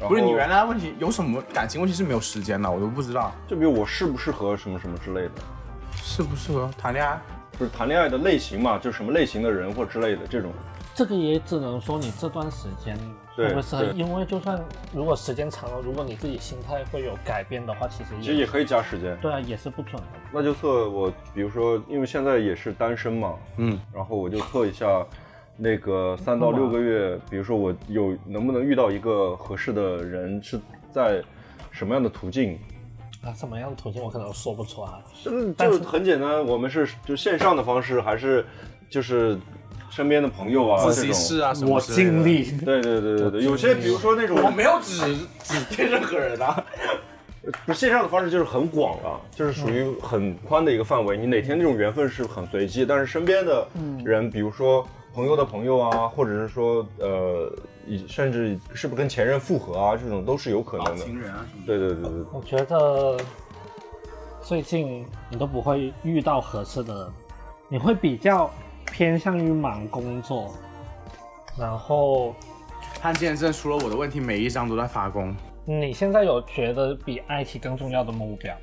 的。不是你原来问题有什么感情问题是没有时间的，我都不知道就比如我适不适合什么什么之类的，适不啊适合谈恋爱。就是谈恋爱的类型嘛，就是什么类型的人或之类的这种。这个也只能说你这段时间对会不会适合对，因为就算如果时间长了，如果你自己心态会有改变的话，其实也其实也可以加时间。对啊，也是不准的。那就测我，比如说，因为现在也是单身嘛，嗯，然后我就测一下那个三到六个月，比如说我有能不能遇到一个合适的人，是在什么样的途径？啊，什么样的途径我可能说不出来。嗯，但就是很简单，我们是就线上的方式，还是就是身边的朋友自啊习这种。室啊什么我之类的尽，力，对对对对对，有些比如说那种我没有指 指定任何人啊。不线上的方式就是很广了，就是属于嗯很宽的一个范围。你哪天这种缘分是很随机，但是身边的嗯人，比如说朋友的朋友啊，或者是说呃，以甚至是不是跟前任复合啊，这种都是有可能的。人啊什么对对对对，我觉得最近你都不会遇到合适的人，你会比较偏向于忙工作，然后潘建正除了我的问题，每一张都在发功。你现在有觉得比爱情更重要的目标？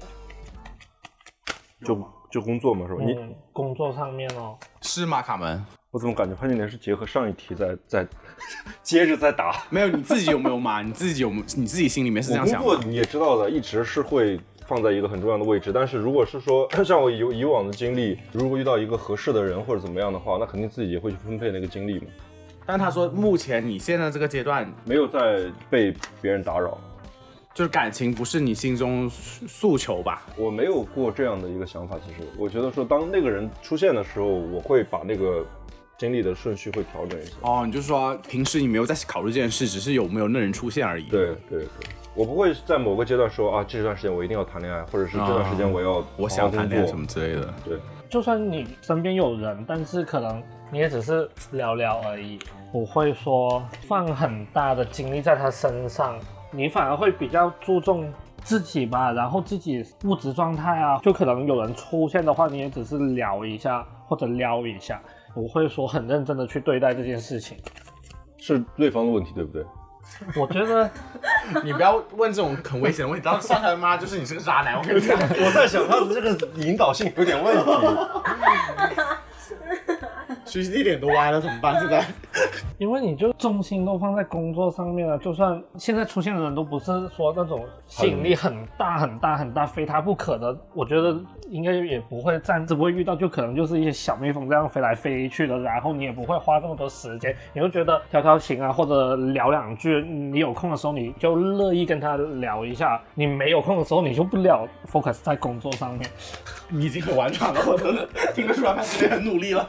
就就工作嘛，是吧？你嗯，工作上面哦，是吗，卡门？我怎么感觉潘金莲是结合上一题在在 接着再答？没有，你自己有没有嘛？你自己有，你自己心里面是这我样工想作吗？你也知道的，一直是会放在一个很重要的位置。但是如果是说像我以以往的经历，如果遇到一个合适的人或者怎么样的话，那肯定自己也会去分配那个精力嘛，但他说，目前你现在这个阶段，没有再被别人打扰。就是感情不是你心中诉求吧？我没有过这样的一个想法，其实我觉得说，当那个人出现的时候，我会把那个精力的顺序会调整一下。哦，你就说平时你没有在考虑这件事，只是有没有那人出现而已。，对对对，我不会在某个阶段说啊，这段时间我一定要谈恋爱，或者是这段时间我要、啊我想谈恋爱什么。之类的。对，就算你身边有人，但是可能你也只是聊聊而已，不会说放很大的精力在他身上，你反而会比较注重自己吧，然后自己物质状态啊，就可能有人出现的话，你也只是聊一下或者撩一下，不会说很认真的去对待这件事情。是对方的问题，对不对？我觉得 你不要问这种很危险的问题，然后上他妈就是你是个渣 男，我跟你讲。我在想他的这个引导性有点问题。 学习地点都歪了怎么办？ 现在因为你就重心都放在工作上面了，就算现在出现的人都不是说那种吸引力很大很大很大非他不可的，我觉得应该也不会暂时不会遇到，就可能就是一些小蜜蜂这样飞来飞去的，然后你也不会花这么多时间，你就觉得调调情啊，或者聊两句，你有空的时候你就乐意跟他聊一下，你没有空的时候你就不了 focus 在工作上面，你已经很婉转了，我真的听得出来，他其实很努力了。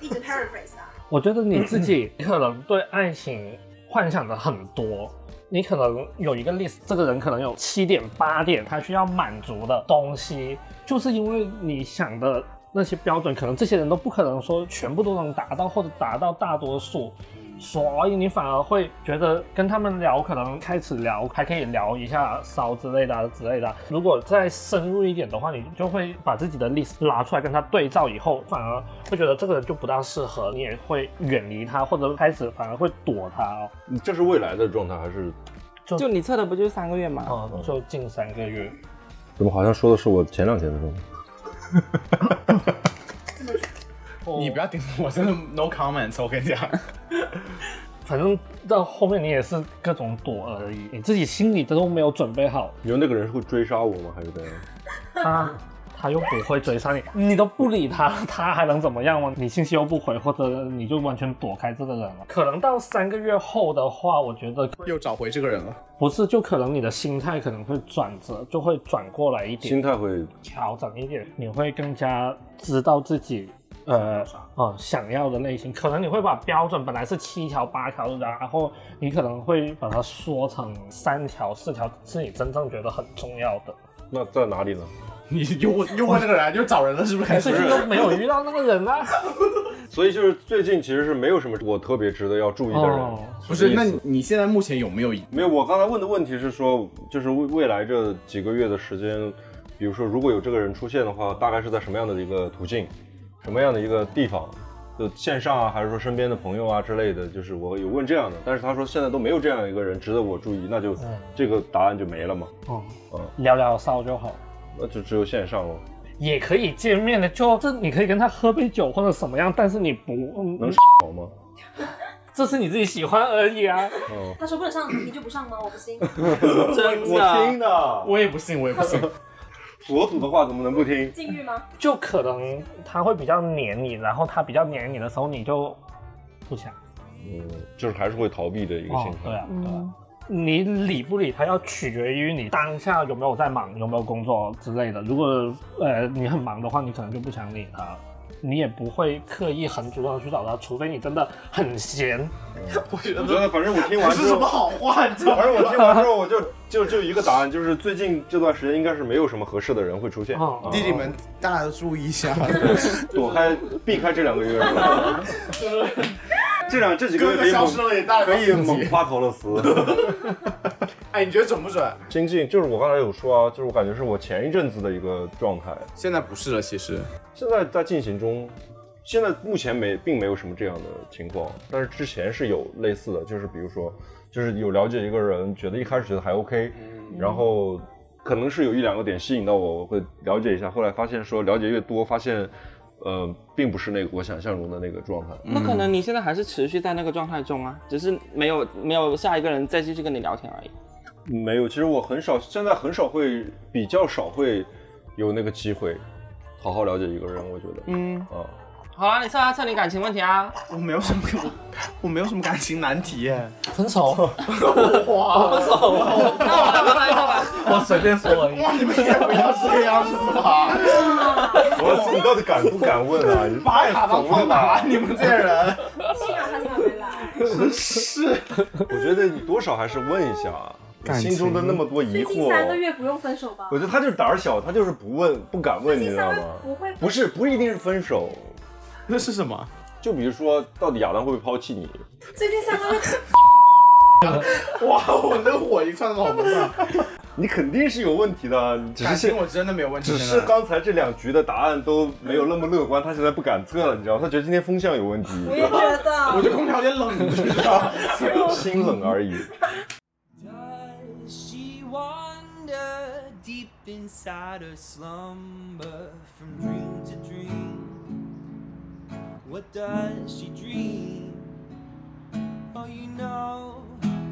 一直 paraphrase 啊？我觉得你自己可能对爱情幻想的很多，你可能有一个 list，这个人可能有七点八点他需要满足的东西，就是因为你想的那些标准，可能这些人都不可能说全部都能达到或者达到大多数。所以你反而会觉得跟他们聊，可能开始聊还可以聊一下骚之类的啊之类的啊。如果再深入一点的话，你就会把自己的 list 拉出来跟他对照以后，反而会觉得这个人就不大适合，你也会远离他，或者开始反而会躲他哦。这是未来的状态还是？就你测的不就是三个月吗？哦，就近三个月，怎么好像说的是我前两天的状态？你不要顶我，真的 no comments，我跟你讲。反正到后面你也是各种躲而已，你自己心里都没有准备好你觉得那个人是会追杀我吗？还是怎样？ 他。他又不会追上你，你都不理 他，他还能怎么样吗？你信息又不回，或者你就完全躲开这个人了。可能到三个月后的话，我觉得 又找回这个人了。不是，就可能你的心态可能会转折，就会转过来一点，心态会调整一点，你会更加知道自己。呃，哦，想要的类型，可能你会把标准本来是七条八条的，然后你可能会把它缩成三条四条，是你真正觉得很重要 的。那在哪里呢？你又问又问那个人，又找人了，是不是？开可是始都没有遇到那个人啊。所以就是最近其实是没有什么我特别值得要注意的人，哦不这是？个意那思你你现在目前有没有没有。我刚才问的问题是说，就是未未来这几个月的时间，比如说如果有这个人出现的话，大概是在什么样的一个途径，什么样的一个地方，就线上啊，还是说身边的朋友啊之类的？就是我有问这样的，但是他说现在都没有这样一个人值得我注意，那就、嗯这个答案就没了嘛，哦嗯，聊聊骚就好，那就只有线上了。也可以见面的，就是你可以跟他喝杯酒或者什么样，但是你不，嗯能 好吗？这是你自己喜欢而已啊。嗯，他说不能上，你就不上吗？我不信。 真我的听的，我也不信，我也不信。佛祖的话怎么能不听？禁欲吗？就可能他会比较黏你，然后他比较黏你的时候，你就不想。嗯，就是还是会逃避的一个心哦，态。对啊，对啊。你理不理他，要取决于你当下有没有在忙，有没有工作之类的。如果呃你很忙的话，你可能就不想理他，你也不会刻意很主动的去找他，除非你真的很闲。我觉得反正我听完不是之什么好后，话，你知道吗反正我听完之后我就 就就一个答案，就是最近这段时间应该是没有什么合适的人会出现，哦啊弟弟们，大家都注意一 下，躲开避开这两 个月是吧？这两这几个哥月哥可以消失猛了，也大家可以告诉猛你夸陶乐斯。哎，你觉得准不准？心境就是我刚才有说啊，就是我感觉是我前一阵子的一个状态，现在不是了，其实。现在在进行中。现在目前没，并没有什么这样的情况，但是之前是有类似的，就是比如说，就是有了解一个人，觉得一开始觉得还 OK，、然后可能是有一两个点吸引到我，我会了解一下，后来发现说了解越多，发现，呃，并不是那个我想象中的那个状态。那可能你现在还是持续在那个状态中啊，只是没有没有下一个人再继续跟你聊天而已。没有，其实我很少，现在很少会，比较少会有那个机会，好好了解一个人，我觉得，嗯，啊、好啦，你测啊测你感情问题啊，我没有什么，我没有什么感情难题耶。分手，哇分手。 那我来我来测吧。我随便说而已。哇，你们也 不要这样子啊吧，我你到底敢不敢问啊？你把卡都放哪？你们这些人，幸好啊他今晚没来。我觉得你多少还是问一下，你心中的那么多疑最近惑。三个月不用分手吧我？觉得他就是胆儿小，他就是不问，不敢问，最你近知道三个月吗？不会。不是，不一定是分手， 那是什么？就比如说，到底亚当会不会抛弃你？最近三个月哇，我那火一窜到我们上，你肯定是有问题的，啊你只感是情现我真的没有问题。只是刚才这两局的答案都没有那么乐观，他现在不敢测了，你知道吗？他觉得今天风向有问题，我也觉我得。觉得空调有点冷，你知道吗？ 心冷而已。 Does she wander deep inside her slumber from dream to dream? What does she dream? Oh, you know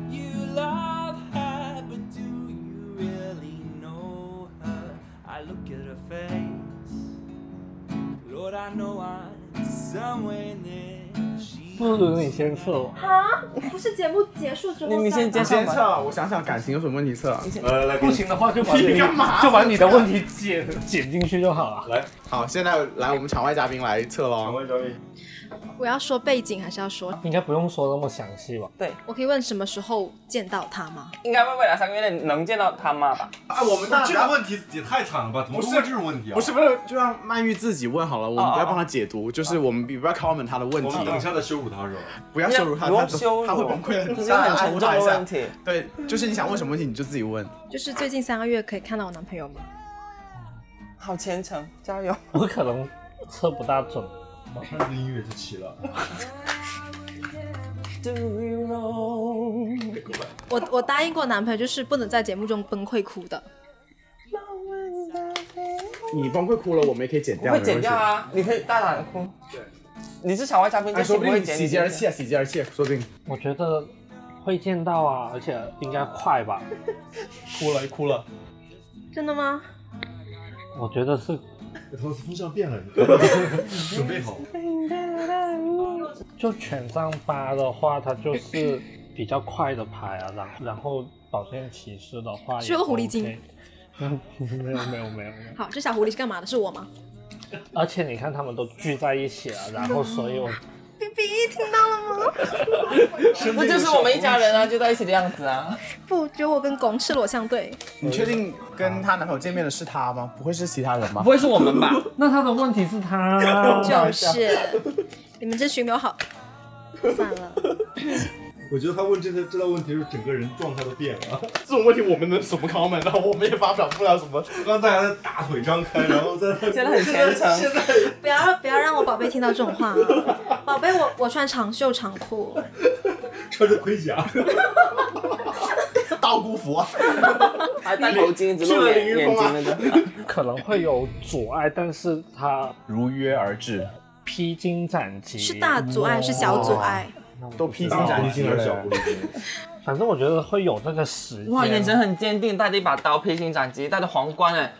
you love her, but do you really know her? I look at her face. Lord, I know I'm somewhere near. She 不如你先测我。啊，不是节目结束之后你你先再接吗先上 吧。测，我想想感情有什么问题测。呃不行的话就把你 你干嘛就把你的问题剪剪进去就好了。好，现在来我们场外嘉宾来测两喽。位嘉宾，我要说背景还是要说？应该不用说那么详细吧？我可以问什么时候见到他吗？应该会未来三个月内能见到他妈吧？啊，我们大家问题也太惨了吧？怎么不是会这个问题啊不是不是，就让曼玉自己问好了，我们不要帮她解读，就是我们不要 comment 她的问我题啊们，等一下再羞辱他是吧？ 不要羞辱她，不她用都羞辱，她会崩溃的。这是很沉重的问安题。抚她一下。对，就是你想问什么问题你就自己问。就是最近三个月可以看到我男朋友吗？好虔诚，加油！我可能测不大准。马上这个音乐就起了。我我答应过男朋友，就是不能在节目中崩溃哭的。你崩溃哭了，我们也可以剪不掉。会剪掉啊，你可以大胆地哭。对，你是场外嘉宾，哎，这说不期不定会你剪喜你极而泣啊，喜极而泣，说不定。我觉得会见到啊，而且应该快吧？哭了，哭了。真的吗？我觉得是陶斯风向变了，准备好。就全上八的话，它就是比较快的牌啊，然然后宝剑骑士的话也 OK，是个狐狸精嗯。 没有没有没有没有，好，这小狐狸是干嘛的？是我吗？而且你看他们都聚在一起啊，然后所以我比比听到了吗？那就是我们一家人啊，就在一起的样子啊。不，觉得我跟拱赤裸相对。你确定跟她男朋友见面的是她吗？不会是其他人吧？不会是我 们吧？那他的问题是他就是，你们这群没有好，算了。我觉得他问这些这道问题是整个人状态都变了。 这种问题我们能怎么 comment 呢？我们也发表不了什么。刚才还在大腿张开，然后在那现在很虔诚 不要不要让我宝贝听到这种话啊， 宝贝我我穿长袖长裤，穿着盔 甲，道姑服啊，还戴头巾，只去露了眼淋浴眼风啊睛那个。可能会有阻碍，但是他如约而至，披荆斩棘是大阻碍是小阻碍？都披荆斩棘了小狐狸精。反正我觉得会有那个时间。哇，眼神很坚定，带着一把刀，披荆斩棘，戴着皇冠，哎，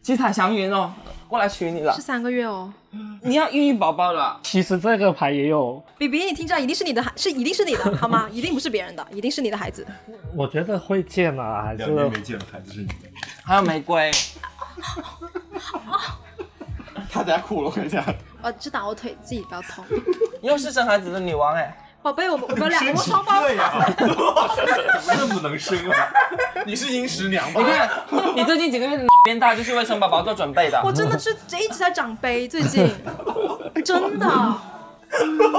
七彩祥云哦，过来娶你了是。三个月哦。你要孕育宝宝了，其实这个牌也有，比比，你听着，一定是你的孩，是一定是你的，好吗？一定不是别人的，一定是你的孩子。我觉得会见啊，还是两年没见的孩子是你的。还有玫瑰，他等下哭了，我跟你讲。我知道我腿自己比较痛。又是生孩子的女王哎，宝贝，我们我们俩，我们双胞对胎。呀，那么能生啊？ 你是殷十娘吧？你看 你最近几个月的变大，就是为生宝宝做准备的。我真的是一直在长杯，最近真的，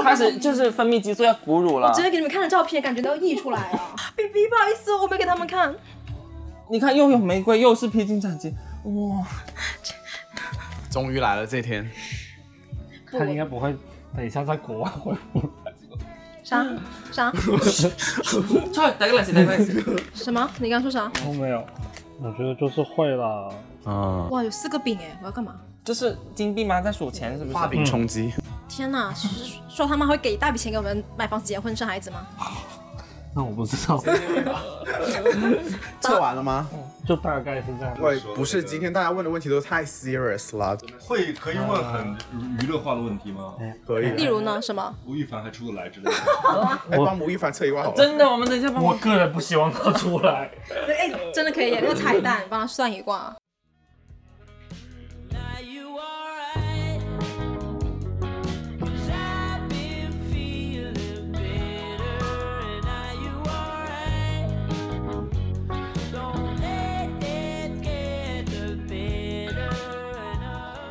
开始就是分泌激素要哺乳了直。接给你们看的照片，感觉都要溢出来了。 比比，不好意思哦，我没给他们看。你看又有玫瑰，又是披荆斩棘，哇！终于来了这天，他应该不会，等一下在国外会不会啥啥 错，得个冷气，得个冷气。 什么？你刚说啥？都没有。我觉得就是会了。啊，哇，有四个饼哎，我要干嘛？这是金币吗？在数钱是不是？画饼充饥。天哪，是说他妈会给一大笔钱给我们买房子、结婚、生孩子吗？那我不知 道，测完了吗？就大概是这样。喂，不是，今天大家问的问题都太 serious 了，会可以问很娱乐化的问题吗？可以。例如呢？什么？吴亦凡还出得来之 类的。哎，帮吴亦凡测一卦好了。真的，我们等一下帮我个人不希望他出来。哎，真的可以，那个彩蛋，帮他算一卦。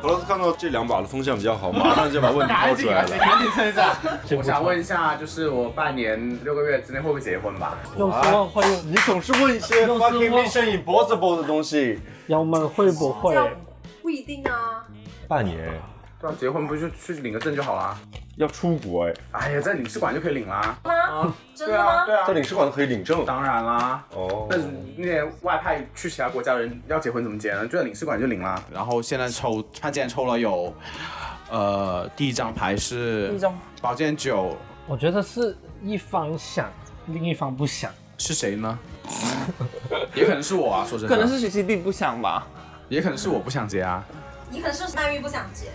俄罗斯看到这两把的风向比较好，马 上就把问题抛出来赶紧赶紧了。测一下。我想问一下，就是我半年六个月之内会不会结婚吧？有时候会，你总是问一些 fucking mission impossible 的东西。要么会不会？不一定啊。半年对啊，结婚不就去领个证就好啦？要出国哎，哎呀，在领事馆就可以领啦。吗？真对啊，对啊在。领事馆都可以领证。当然啦。哦那那些外派去其他国家的人要结婚怎么结呢？就在领事馆就领啦。然后现在抽，他竟然抽了有，呃，第一张牌是第一张宝剑九，我觉得是一方想，另一方不想。是谁呢？ 也可能是我啊，说真的，可能是，许七弟不想吧。也可能是我不想结啊。你可能是曼玉不想结。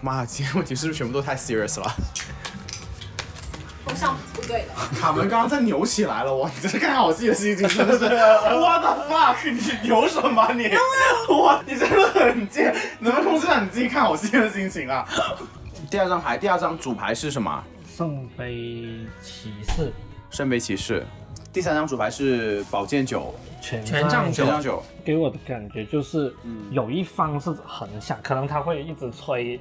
妈，今天问题是不是全部都太 serious 了？风向不对了。卡门刚刚在扭起来了，我你这是看好自己的心情是不是？What the fuck？你扭什么你？我你真的很贱，能不能控制下你自己看好自己的心情啊？第二张牌，第二张主牌是什么？圣杯骑士，圣杯骑士。第三张主牌是宝剑九，权权杖九权杖九给我的感觉就是嗯有一方是很想，可能他会一直催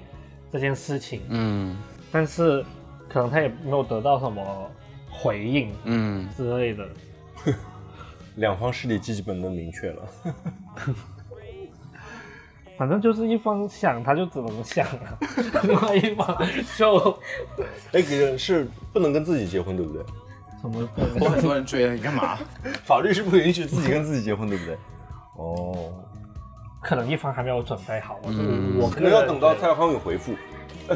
这件事情，嗯但是可能他也没有得到什么回应嗯，之类的。两方势力基本都明确了。反正就是一方想，他就只能想了； 另外一方就哎，可是不能跟自己结婚，对不对？什么我很多人追了，你干嘛？法律是不允许自己跟自己结婚，对不对？哦，可能一方还没有准备好。我觉得嗯我可个能人要等到蔡康永回复。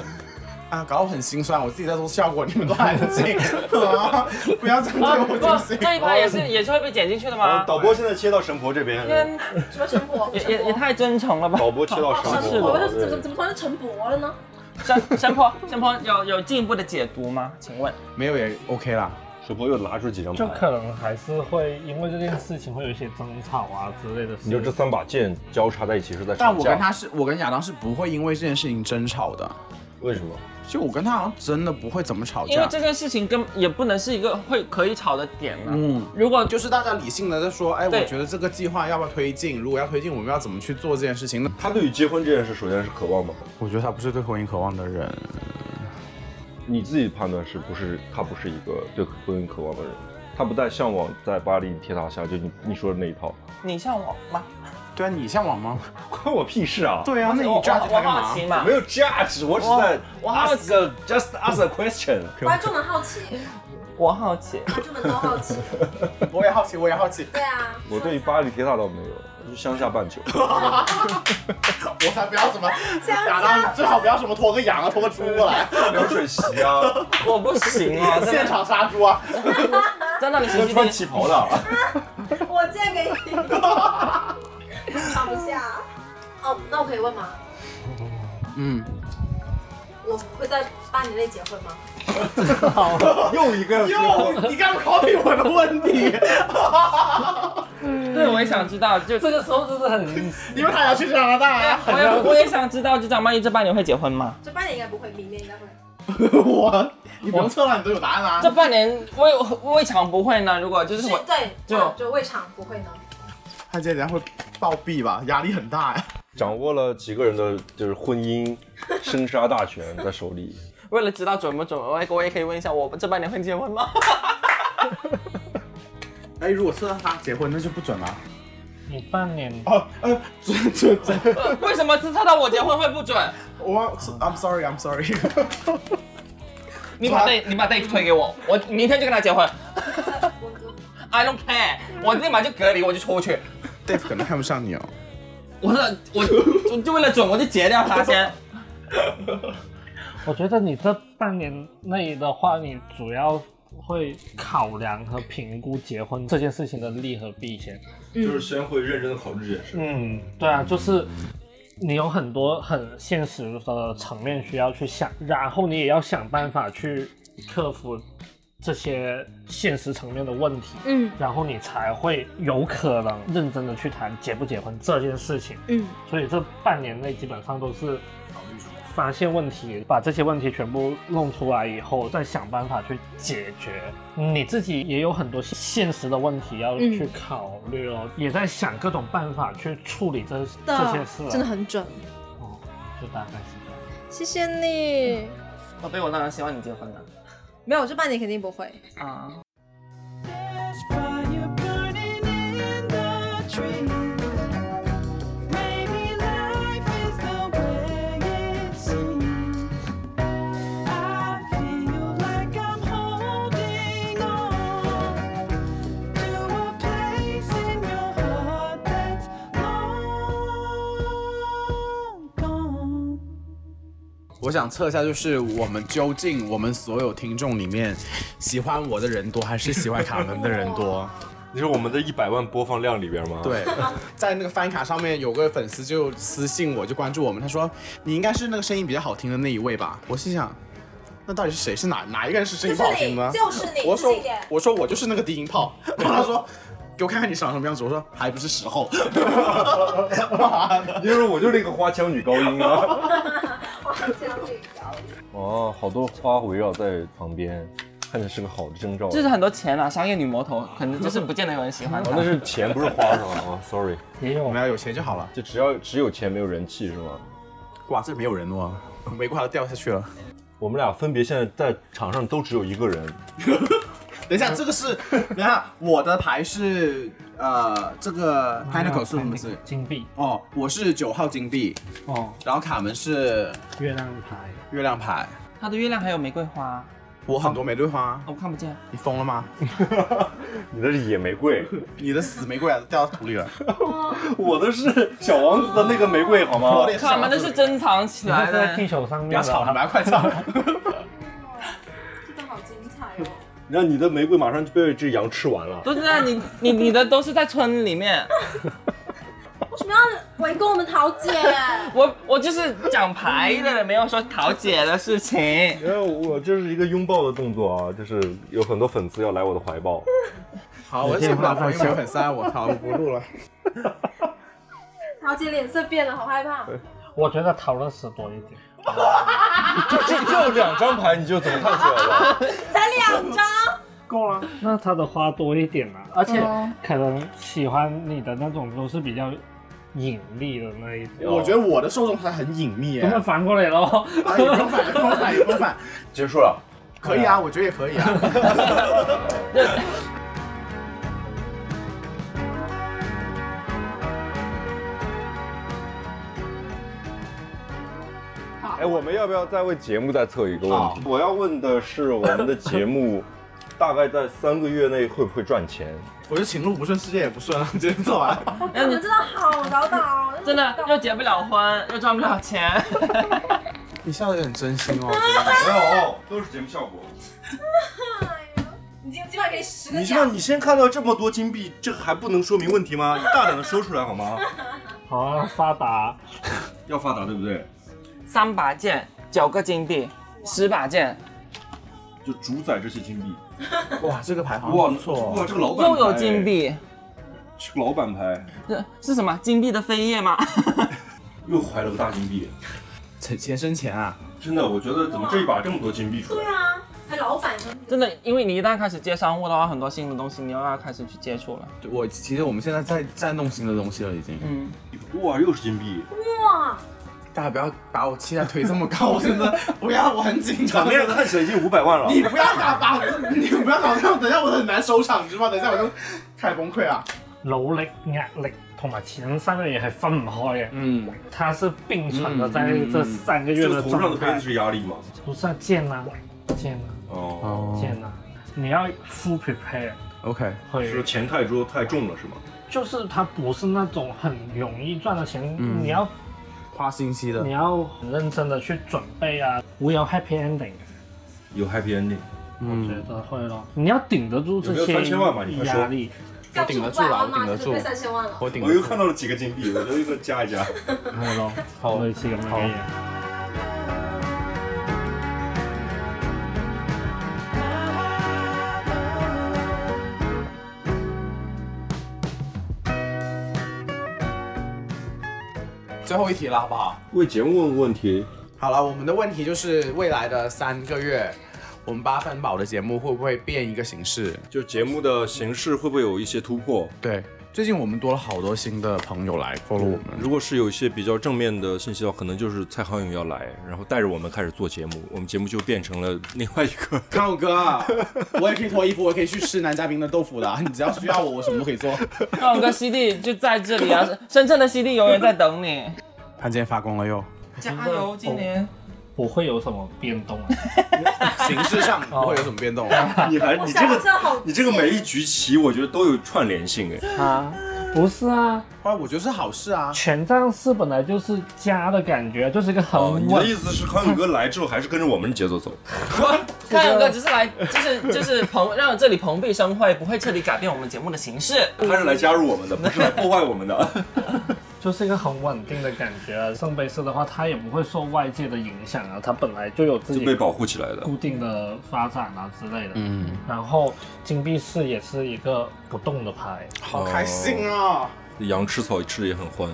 啊，搞得我很心酸，我自己在做效果，你们都还能进，啊 不要这样对 我进行。这一趴也是也是会被剪进去的吗？哦导播现在切到神婆这边，天什么陈伯？也也也太真诚了吧！导播切到神陈婆哦伯，了，怎么怎么怎么突然陈伯了呢？神神婆神婆有有进一步的解读吗？请问 没有也 OK 啦。主播又拿出几张就可能还是会因为这件事情会有一些争吵啊之类的事。你就这三把剑交叉在一起是在吵架。但我跟他是，我跟亚当是不会因为这件事情争吵的。为什么？就我跟他好像真的不会怎么吵架，因为这件事情根也不能是一个会可以吵的点啊。嗯，如果就是大家理性的在说，哎，我对觉得这个计划要不要推进？如果要推进，我们要怎么去做这件事情呢？他对于结婚这件事，首先是渴望吗？我觉得他不是对婚姻渴望的人。你自己判断是不是他不是一个对婚姻渴望的人？他不再向往在巴黎铁塔下，就你你说的那一套， 你向往吗？对啊，你向往吗？关我屁事啊！对啊，那你我我 judge 他干我好奇嘛嘛？没有 judge，我只是在我好 ask a- just ask a question。观众们好奇，我好奇，观众们都好奇。我也好奇，我也好奇。对啊，我对于巴黎铁塔倒没有，我就乡下半球。我才不要什么，想亚当最好不要什么拖个羊啊，拖个猪过 来，流水席啊， 我不行 啊，真现的场杀猪啊！真的你要行不穿行？旗袍的啊， 我借给你， 放不下。哦，那我可以问吗？嗯，我会在八年内结婚吗？又一个哟，你干嘛 copy 我的问题？对，我也想知道，就这个时候真的很， 因为他要去加拿大呀。我 也我也想知道，就张曼玉这半年会结婚吗？这八年应该不会，明年应该会。我，你不用测了，你都有答案这啊。半年未未尝不会呢。如果就是嗯是我对，就那就未尝不会呢。他今天会暴毙吧？压力很大呀。掌握了几个人的就是婚姻生杀大权在手里。为了知道准不准，我也我也可以问一下，我这半年会结婚吗？ 哎，如果测到他结婚，那就不准了。你半年哦，呃，准准准， 为什么只测到我结婚会不准？我，I'm sorry，I'm sorry。 你把 date 你把 date 推给我，我明天就跟他 结婚。我我 I don't care，我立马就隔离，我就出去。 Dave 可能看不上你哦。我是我就就为了准，我就截掉他先。我觉得你这半年内的话，你主要会考量和评估结婚这件事情的利和弊先。嗯就是先会认真的考虑这件事。嗯，对啊，就是你有很多很现实的层面需要去想，然后你也要想办法去克服这些现实层面的问题，嗯然后你才会有可能认真的去谈结不结婚这件事情。嗯，所以这半年内基本上都是发现问题，把这些问题全部弄出来以后，再想办法去解决。你自己也有很多现实的问题要嗯去考虑哦，也在想各种办法去处理这这些的事、啊，真的很准，哦，就大概是这样。谢谢你。宝哦贝，我当然希望你结婚了。没有，这半年肯定不会。啊， There's fire burning in the trees. Maybe life is the way it seems. I feel like I'm holding on to a place in your heart that's long gone. 我想测一下，就是我们究竟我们所有听众里面，喜欢我的人多还是喜欢卡门的人多？你说我们的一百万播放量里边吗？， 对，在那个翻卡上面有个粉丝就私信我，就关注我们，他说你应该是那个声音比较好听的那一位吧？我心想，那到底是谁？是哪哪一个人是声音不好听 呢？就是你就是你我说自信一点我说我就是那个低音炮，然后他说。给我看看你长什么样子，我说还不是时候。 妈的因为我就是那个花腔女高音啊。我很想这条。哦，好多花围绕在旁边，看着是个好的征兆。就是很多钱啊，商业女魔头可能就是不见得有人喜欢她哦，那是钱，不是花是吗？啊，sorry，也我有们要有钱就好了。就只要只有钱没有人气是吗？哇， 这没有人哦，玫瑰花都掉下去了。我们俩分别现在在场上都只有一个 人，等一下，这个 是，等一下，我的牌是呃，这个 Pineapple 是什么是？金币哦，我是九号金币，哦，然后卡门是月亮牌，月亮牌。她的月亮还有玫瑰花，哦我很多玫瑰花，啊我看不 见。你疯了吗？你的是野玫瑰，你的死玫瑰啊掉到土里了。 我的是小王子的那个玫瑰，好哦吗？他们那是珍藏起你看来是的。 在地球上面不要吵了不要快吵了。 这个好精彩哦！让 你的玫瑰马上就被一只羊吃完了。不是啊，你你你的都是在村里面，为什么要围攻我们桃姐？我我就是讲牌的，没有说桃姐的事情。因为我这是一个拥抱的动作啊，就是有很多粉丝要来我的怀 抱。好，我请不了朋友们粉丝爱我，好，我不录了。桃姐脸色变了，好害怕。我觉得讨论死多一点。就就就两张牌你就怎么看出来了？才两张，够了。那他的花多一点嘛，而且嗯可能喜欢你的那种都是比较隐秘的那一种。我觉得我的受众还很隐秘耶 我。们反过来了，哎，也不用反，也不用反，也不用反，结束了。可以啊，我觉得也可以啊。 哎，我们要不要再为节目再测一个问好题？我要问的是，我们的节目大概在三个月内会不会赚钱？我就情路不顺，世界也不顺了，今天做完。那你真哎的好潦 倒，真的又结不了婚，又赚不了钱。 你笑的也很真心哦。没有，都是节目效果。哎你今今晚可以十个你奖像。你先看到这么多金币，这还不能说明问题 吗？你大胆的说出来好吗？好啊，发达，要发达对不对？三把剑，九个金币，十把剑，就主宰这些金币。哇，这个牌哇哦哇，这个老板又有牌金，币， 是个老板牌，是是什么？金币的飞页吗？ 又怀了个大金币。钱钱生钱啊！真的，我觉得怎么这一把这么多金币出来？啊，还老反着。真的，因为你一旦开始接商务的话，很多新的东西你又要开始去接触了。对我其实我们现在在在弄新的东西了，已经。嗯。哇，又是金币！哇，大家不要把我期待推这么高，我 真的不要，我很紧张。场面上看起来已经五百万了。你不要打把我，你不要搞这样，等一下我很难收场，知道吗？等一下我就开始崩溃啊！努力、壓力同埋錢三樣嘢係分唔開嘅。嗯，它是並存的，在這三個月的头上狀的杯態子。是压力吗？不是啊，贱啊，贱啊，哦贱啊！你要 full prepare， OK，是钱太多太重了是吗？就是它不是那種很容易賺的錢，嗯你要花心思的你要很認真的去準備啊，會有 happy ending 嘅。有 happy ending。嗯，覺得會咯，你要頂得住有這没有些三千万吧？你快说壓力。。我顶得住了，我顶得住就是被三千万了，我顶我得又住。看到了几个金币，我就一个加一加。係咯，好類似咁樣嘅嘢。最后一题了，好不好？ 为节目问个问题，好了，我们的问题就是未来的三个月，我们八分宝的节目会不会变一个形式？就节目的形式会不会有一些突破？对，最近我们多了好多新的朋友来 follow 我们。嗯如果是有一些比较正面的信息的话，可能就是蔡康永要来，然后带着我们开始做节目，我们节目就变成了另外一 个。康永哥，我也可以脱衣服，我也可以去吃男嘉宾的豆腐的啊，你只要需要我，我什么都可以做。那我跟 CD 就在这里啊， 深圳的 CD 永远在等你。潘今天发功了又，加油，今年不会有什么变动啊。形式上不会有什么变动。你还我你想这这好啊个你这个每一局棋，我觉得都有串联性哎。啊， 不是啊，哇，我觉得是好事啊。权杖四本来就是家的感觉，就是一个很哦，稳。你的意思是康永哥来之后还是跟着我们的节奏走？ 看阳哥只是来，就是就是蓬让这里蓬荜生辉，不会彻底改变我们节目的形式。嗯他是来加入我们的，不是来破坏我们的。 就是一个很稳定的感觉啊。圣杯四的话，它也不会受外界的影响啊，它本来就有自就己被保护起来的。嗯固定的发展啊之类的。嗯，然后金币四也是一个不动的牌。好开心哦！羊吃草吃的也很欢，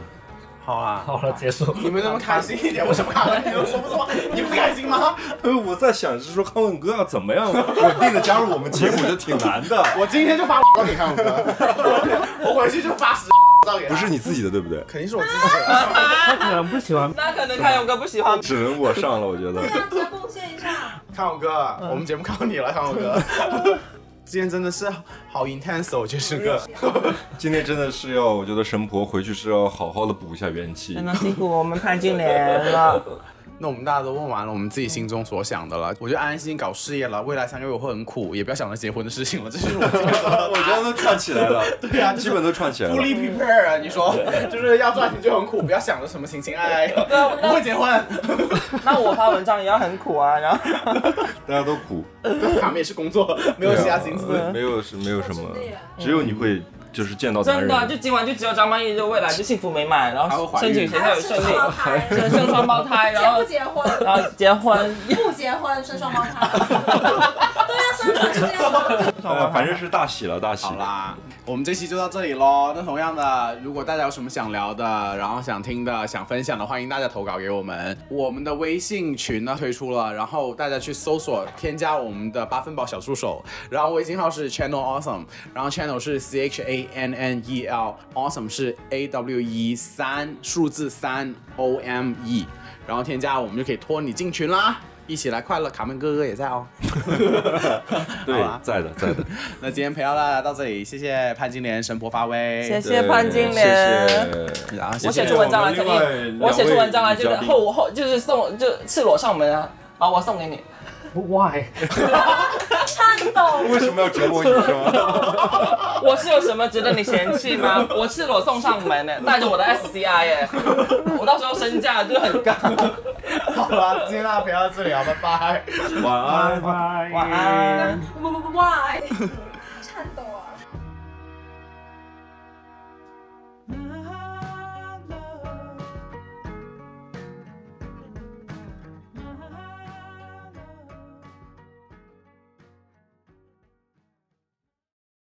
好啊，好了，结束。你们那么开心一点，为什么看了你们说不说话？你不开心吗？呃，我在想是说康永哥要怎么 样稳定的加入我们节目，就挺难的。我今天就发照给康永哥， 我回去就发十照给他。不是你自己的，对不对？肯定是我自己的。他可能不喜欢。那可能看阳哥不喜欢。只能我上了，我觉得。大家啊贡献一下。康永哥，我们节目靠你了，康永哥。今天真的是好 intense，哦我觉得是个。今天真的是要，我觉得神婆回去是要好好的补一下元气。真的辛苦我们潘金莲了。那我们大家都问完了我们自己心中所想的了，我就安安心心搞事业了。未来三个月我会很苦，也不要想着结婚的事情了。这是我我觉得都串起来了对啊，基本都串起来了 fully prepare 啊，你说 就是要赚钱就很苦，不要想着什么情情爱爱，不会结婚。 那我发文章也要很苦啊，然后大家都苦，他们也是工作，没有啊其他心思。没有是没有什么，只有你会就是见到男人，真的就今晚就只有张曼玉的未来就幸福美满，然后还怀申孕请学校哎有顺利还要生双胞，生生双胞胎，然后 结不结婚然后结婚，不结婚生 双胞胎，啊呃，反正是大喜了，大喜。好啦，我们这期就到这里喽。那同样的，如果大家有什么想聊的，然后想听的、想分享的，欢迎大家投稿给我们。我们的微信群呢推出了，然后大家去搜索添加我们的八分饱小助手，然后微信号是 channel awesome，然后 channel 是 c h a n n e l，awesome 是 a w e 三数字三 o m e，然后添加我们就可以拖你进群啦。一起来快乐，卡门哥哥也在哦。对，在的，在的。 那今天陪到大家到这里，谢谢潘金莲神婆发威，谢谢潘金莲谢谢。然后谢我谢写出文章来就一，我写出文章来就是后后后就是送就赤裸上门啊，把我送给你。 Why？颤抖。为什么要折磨你是吗？ 我是有什么值得你嫌弃吗？我赤裸送上门呢，带着我的 SCI 耶，欸我到时候身价就很高。好了，今天大家陪到这里啊，拜拜，晚安，拜拜，晚安。 Why？